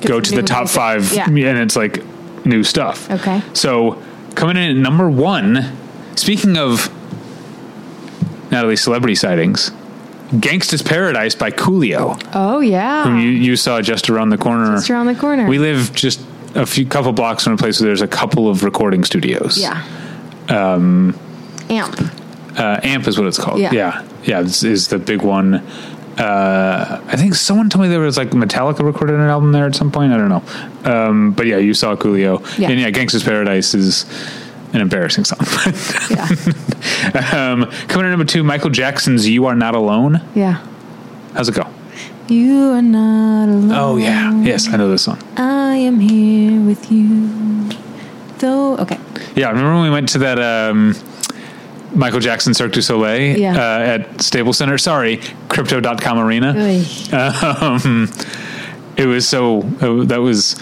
S1: go to
S2: new
S1: the top
S2: music.
S1: five
S2: Yeah.
S1: and it's like new stuff.
S2: Okay.
S1: So coming in at number one, speaking of Natalie's celebrity sightings, Gangsta's Paradise by Coolio,
S2: oh yeah
S1: whom you, you saw just around the corner.
S2: just around the corner
S1: We live just a few couple blocks from a place where there's a couple of recording studios.
S2: yeah um amp
S1: uh, amp is what it's called
S2: Yeah.
S1: yeah, Yeah, this is the big one uh, i think someone told me there was like metallica recorded an album there at some point i don't know um, but yeah you saw coolio
S2: Yeah.
S1: and yeah gangsta's paradise is an embarrassing song
S2: yeah
S1: (laughs) um, coming in number two michael jackson's you are not alone
S2: yeah
S1: how's it go
S2: you are not alone
S1: oh yeah
S2: Mm.
S1: yes i know this song
S2: I am here with you. Though, okay.
S1: Yeah, remember when we went to that um, Michael Jackson Cirque du Soleil
S2: Yeah.
S1: uh, at Staples Center? Sorry, Crypto.com Arena.
S2: Oy.
S1: Um, it was so, uh, that was,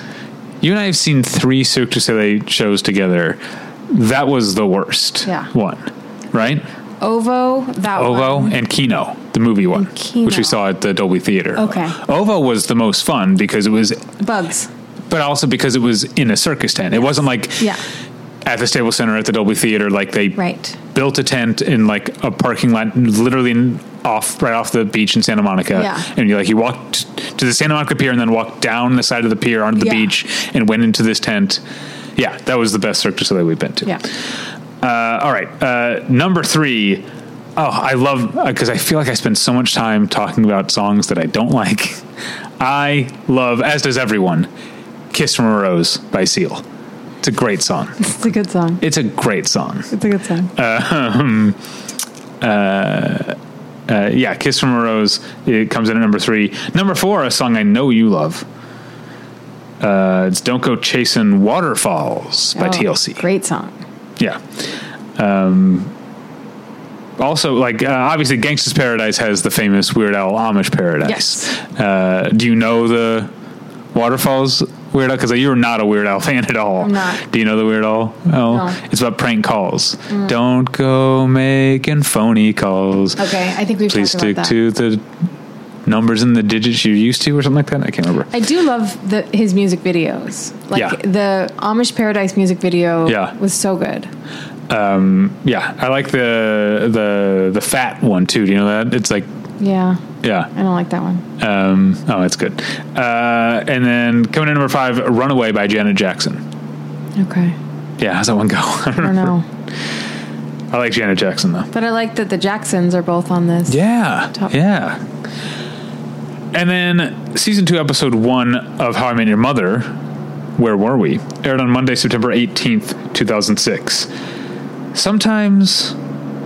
S1: you and I have seen three Cirque du Soleil shows together. That was the worst
S2: Yeah.
S1: one, right?
S2: Ovo, that
S1: Ovo
S2: one.
S1: and Kino, the movie one,
S2: Kino.
S1: which we saw at the Dolby Theater.
S2: Okay.
S1: Ovo was the most fun because it was,
S2: Bugs.
S1: but also because it was in a circus tent. It wasn't like
S2: Yeah.
S1: at the Staples Center, at the Dolby Theater, like they
S2: Right.
S1: built a tent in like a parking lot, literally in- off right off the beach in Santa Monica.
S2: Yeah.
S1: And you like you walked to the Santa Monica Pier and then walked down the side of the pier onto the
S2: Yeah.
S1: beach and went into this tent. Yeah, that was the best Cirque du Soleil we've been to.
S2: Yeah.
S1: Uh, all right, uh, number three. Oh, I love because I feel like I spend so much time talking about songs that I don't like. I love, as does everyone, "Kiss from a Rose" by Seal. It's a great song.
S2: It's a good song.
S1: It's a great song.
S2: It's a good song.
S1: Uh, yeah, Kiss from a Rose. It comes in at number three. Number four, a song I know you love. Uh, it's Don't Go Chasing Waterfalls by
S2: Oh,
S1: TLC.
S2: Great song.
S1: Yeah. Um, also, like uh, obviously, Gangsta's Paradise has the famous Weird Al Amish Paradise.
S2: Yes.
S1: Uh, do you know the waterfalls Weird Al? Because you're not a Weird Al fan at all.
S2: I'm not.
S1: Do you know the Weird Al? Oh,
S2: No. Mm.
S1: it's about prank calls. Don't go making phony calls.
S2: Okay, I think we've
S1: Please
S2: talked
S1: stick
S2: about that.
S1: to the numbers and the digits you're used to, or something like that. I can't remember.
S2: I do love the, his music videos. Like
S1: Yeah.
S2: the Amish Paradise music video
S1: Yeah.
S2: was so good.
S1: yeah, I like the the the fat one too. Do you know that? It's like
S2: Yeah.
S1: yeah.
S2: I don't like that one.
S1: Um, oh, that's good. Uh, and then coming in number five, "Runaway" by Janet Jackson.
S2: Okay.
S1: Yeah, how's that one go? (laughs) I don't
S2: I don't
S1: remember.
S2: know.
S1: I like Janet Jackson though.
S2: But I like that the Jacksons are both on this.
S1: Yeah,
S2: Top.
S1: yeah. And then season two, episode one of How I Met Your Mother. Where were we? Aired on Monday, September eighteenth, two thousand six. Sometimes,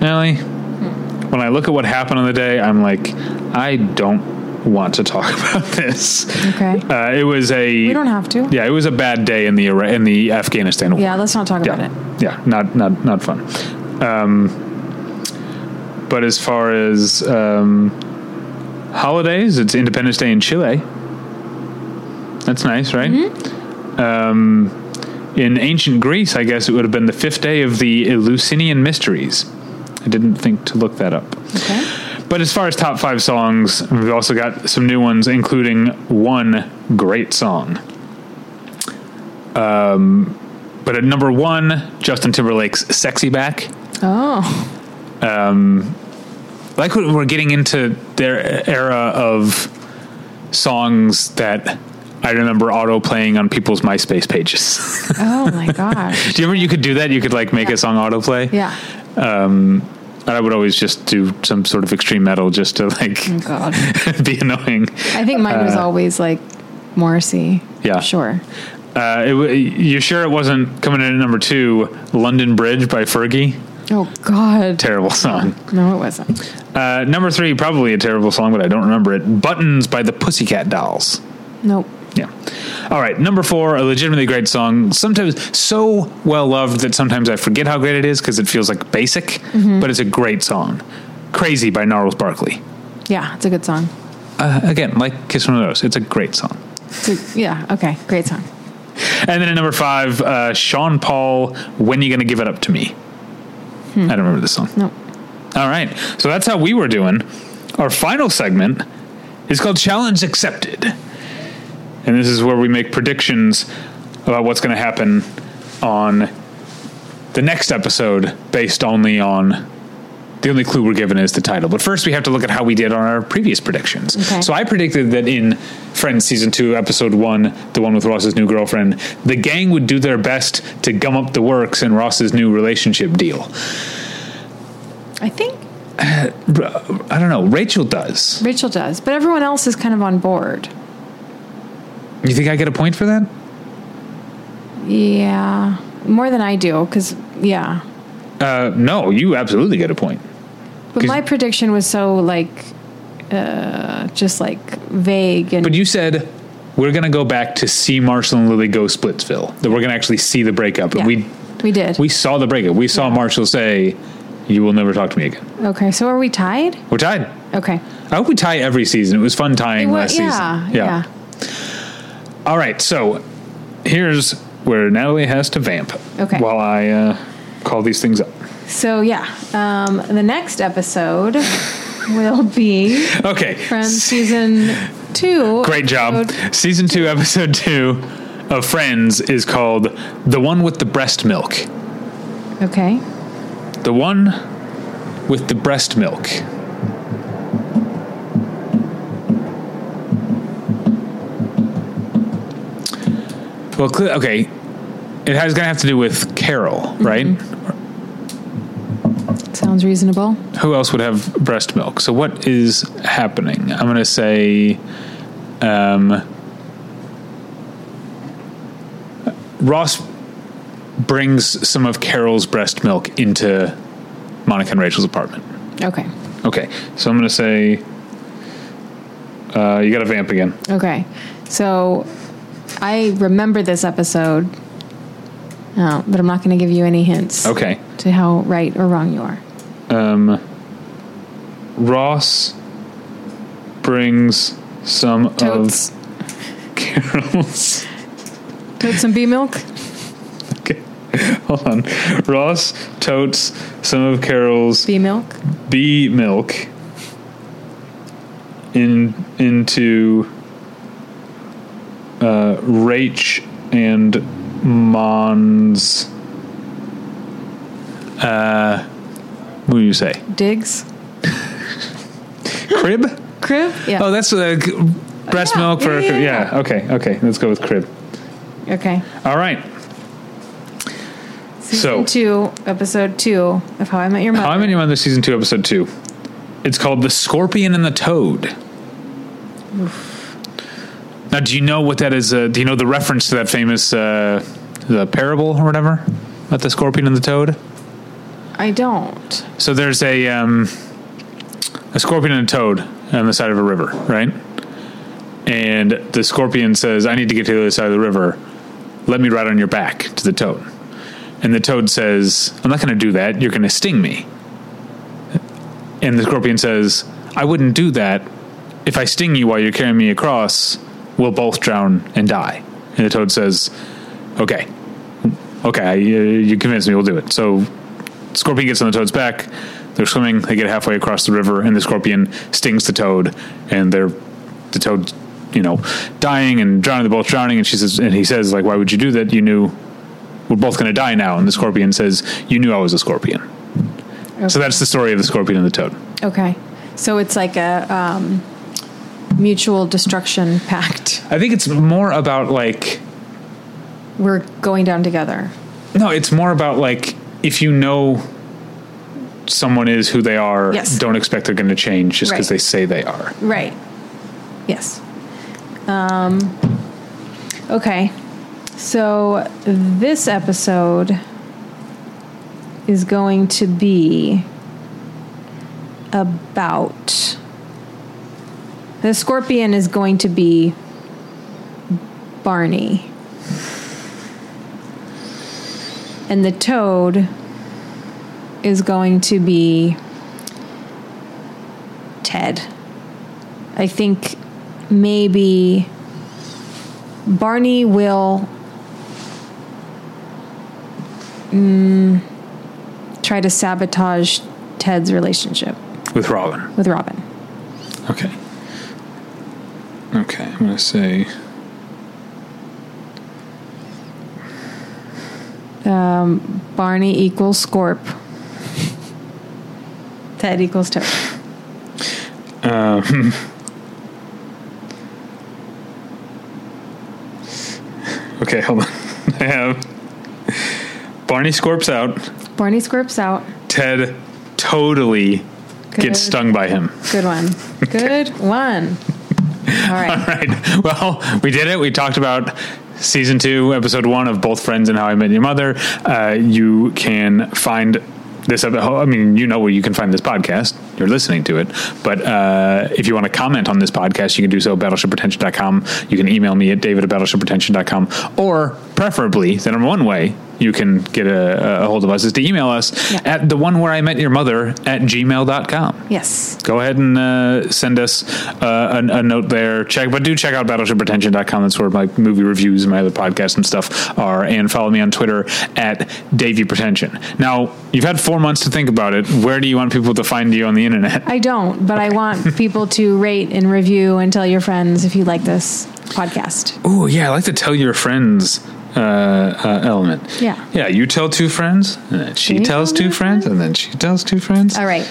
S1: Ellie,
S2: Hmm.
S1: when I look at what happened on the day, I'm like, I don't want to talk (laughs) about this.
S2: Okay.
S1: Uh, it was a.
S2: We don't have to.
S1: Yeah, it was a bad day in the Ira- in the Afghanistan war.
S2: Yeah, let's not talk about
S1: yeah,
S2: it.
S1: yeah, not not not fun. Um, but as far as um, holidays, it's Independence Day in Chile. That's nice, right?
S2: Mm-hmm.
S1: Um, in ancient Greece, I guess it would have been the fifth day of the Eleusinian Mysteries. I didn't think to look that up.
S2: Okay.
S1: But as far as top five songs, we've also got some new ones, including one great song. Um, but at number one, Justin Timberlake's "Sexy Back."
S2: Oh.
S1: Like what we're getting into their era of songs that I remember auto playing on people's MySpace pages. (laughs)
S2: Oh my gosh.
S1: do you remember you could do that? You could like make a song autoplay.
S2: Yeah.
S1: And I would always just do some sort of extreme metal just to like (laughs)
S2: Oh God.
S1: be annoying.
S2: I think mine was always like Morrissey.
S1: Uh, Yeah.
S2: Sure.
S1: Uh, it, wa- you sure it wasn't coming in at number two? London Bridge by Fergie,
S2: Oh God.
S1: terrible song.
S2: No, it wasn't.
S1: Uh, number three, probably a terrible song, but I don't remember it. Buttons by the Pussycat Dolls.
S2: Nope.
S1: Yeah. All right. Number four, a legitimately great song. Sometimes so well loved that sometimes I forget how great it is because it feels like basic, but it's a great song. Crazy by Gnarls Barkley.
S2: Yeah, it's a good song.
S1: Uh, again, like Kiss from the Rose, it's a great song.
S2: It's a, yeah. Okay. Great song.
S1: And then at number five, uh, Sean Paul, When You Gonna Give It Up to Me? I don't remember this song.
S2: Nope.
S1: All right. So that's how we were doing. Our final segment is called Challenge Accepted. And this is where we make predictions about what's going to happen on the next episode based only on the only clue we're given is the title. But first, we have to look at how we did on our previous predictions.
S2: Okay.
S1: So I predicted that in Friends Season 2, Episode 1, the one with Ross's new girlfriend, the gang would do their best to gum up the works in Ross's new relationship deal.
S2: I think
S1: I don't know. Rachel does.
S2: Rachel does, but everyone else is kind of on board.
S1: You think I get a point for that?
S2: Yeah, more than I do, because yeah.
S1: Uh, no, you absolutely get a point.
S2: But
S1: 'Cause-
S2: my prediction was so like, uh, just like vague and
S1: But you said we're going to go back to see Marshall and Lily go Splitsville. That we're going to actually see the breakup.
S2: yeah.
S1: And we
S2: we did.
S1: we saw the breakup. We saw Marshall say, "You will never talk to me again."
S2: okay, so are we tied?
S1: We're tied.
S2: Okay,
S1: I hope we tie every season. It was fun tying
S2: It wa-
S1: last
S2: yeah,
S1: season.
S2: yeah,
S1: All right. So here's where Natalie has to vamp.
S2: Okay.
S1: While I uh, call these things up.
S2: So yeah, um, the
S1: (laughs)
S2: next episode will be
S1: Okay.
S2: from season two.
S1: Great job.
S2: episode-
S1: Season two, episode two of Friends is called The One with the Breast Milk.
S2: Okay,
S1: The One with the Breast Milk. Well, cle okay. It has going to have to do with Carol, right?
S2: sounds reasonable.
S1: Who else would have breast milk? So, what is happening? I'm going to say um, Ross brings some of Carol's breast milk into Monica and Rachel's apartment.
S2: Okay.
S1: Okay, so I'm gonna say uh, you got to vamp again.
S2: Okay. So I remember this episode, uh, but I'm not going to give you any hints
S1: Okay,
S2: to how right or wrong you are.
S1: Ross brings some
S2: Totes.
S1: of Um, Carol's.
S2: Totes some bee milk?
S1: Okay, (laughs) hold on. Ross totes some of Carol's
S2: Bee milk?
S1: bee milk in into uh, Rach and Mons. Uh, what do you say?
S2: Digs?
S1: Crib?
S2: Crib? Yeah.
S1: Oh, that's uh, g- breast
S2: Yeah,
S1: milk for.
S2: yeah, yeah,
S1: yeah. Okay. Okay. Let's go with crib. Oh.
S2: okay.
S1: All right.
S2: Season two, episode two of How I Met Your Mother.
S1: How I Met Your Mother season two, episode two. It's called "The Scorpion and the Toad." Now, do you know what that is? Uh, do you know the reference to that famous uh, the parable or whatever about the scorpion and the toad?
S2: I don't.
S1: So there's a um, a scorpion and a toad on the side of a river, right? And the scorpion says, "I need to get to the other side of the river. Let me ride on your back to the toad." And the toad says, "I'm not going to do that. You're going to sting me." And the scorpion says, "I wouldn't do that. If I sting you while you're carrying me across, we'll both drown and die." And the toad says, "Okay, okay, you, you convinced me. We'll do it." So scorpion gets on the toad's back. They're swimming. They get halfway across the river, and the scorpion stings the toad, and they're the toad, you know, dying and drowning. They're both drowning, and she says, and he says, like, why would you do that? You knew we're both going to die now. And the scorpion says, you knew I was a scorpion. So that's the story of the scorpion and the toad.
S2: Okay. So it's like a um, mutual destruction pact.
S1: I think it's more about like
S2: We're going down together.
S1: no, it's more about like if you know someone is who they are,
S2: Yes.
S1: don't expect they're going to change just because
S2: Right.
S1: they say they are.
S2: Right. Yes. Um, okay. So this episode is going to be about the scorpion is going to be Barney. And the toad is going to be Ted. I think maybe Barney will mm, try to sabotage Ted's relationship
S1: With Robin.
S2: with Robin.
S1: Okay. Okay, I'm gonna say
S2: Barney equals Scorp. Ted equals Toad.
S1: okay. Hold on. (laughs) I have Barney scorps out.
S2: Barney Scorp's out.
S1: Ted totally
S2: Good.
S1: gets stung by him. (laughs)
S2: Good one. Good one.
S1: All
S2: All
S1: (laughs)
S2: right.
S1: right. Well, we did it. We talked about season two, episode one of both Friends and How I Met Your Mother. Uh, you can find this. epi- I mean, you know where you can find this podcast. You're listening to it. But uh, if you want to comment on this podcast, you can do so at battleshipretention.com. You can email me at david at battleshipretention.com. Or preferably, the number one way you can get a, a hold of us is to email us
S2: Yeah.
S1: at the one where I met your mother at gmail.com
S2: Yes.
S1: go ahead and uh, send us uh, a, a note there. Check, but do check out battleshipretention.com. That's where my movie reviews and my other podcasts and stuff are. And follow me on Twitter at Davey Pretension. Now, you've had four months to think about it. Where do you want people to find you on the (laughs) internet?
S2: I don't, but I want people to rate and review and tell your friends if you like this podcast.
S1: Oh, yeah, I like to tell your friends uh, uh, element.
S2: Yeah.
S1: Yeah, you tell two friends, and then she
S2: Can you
S1: tells
S2: tell
S1: two
S2: your
S1: friends, and then she tells two friends.
S2: All right.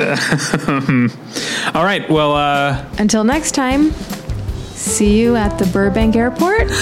S1: All right, well, uh,
S2: Until next time, see you at the Burbank airport.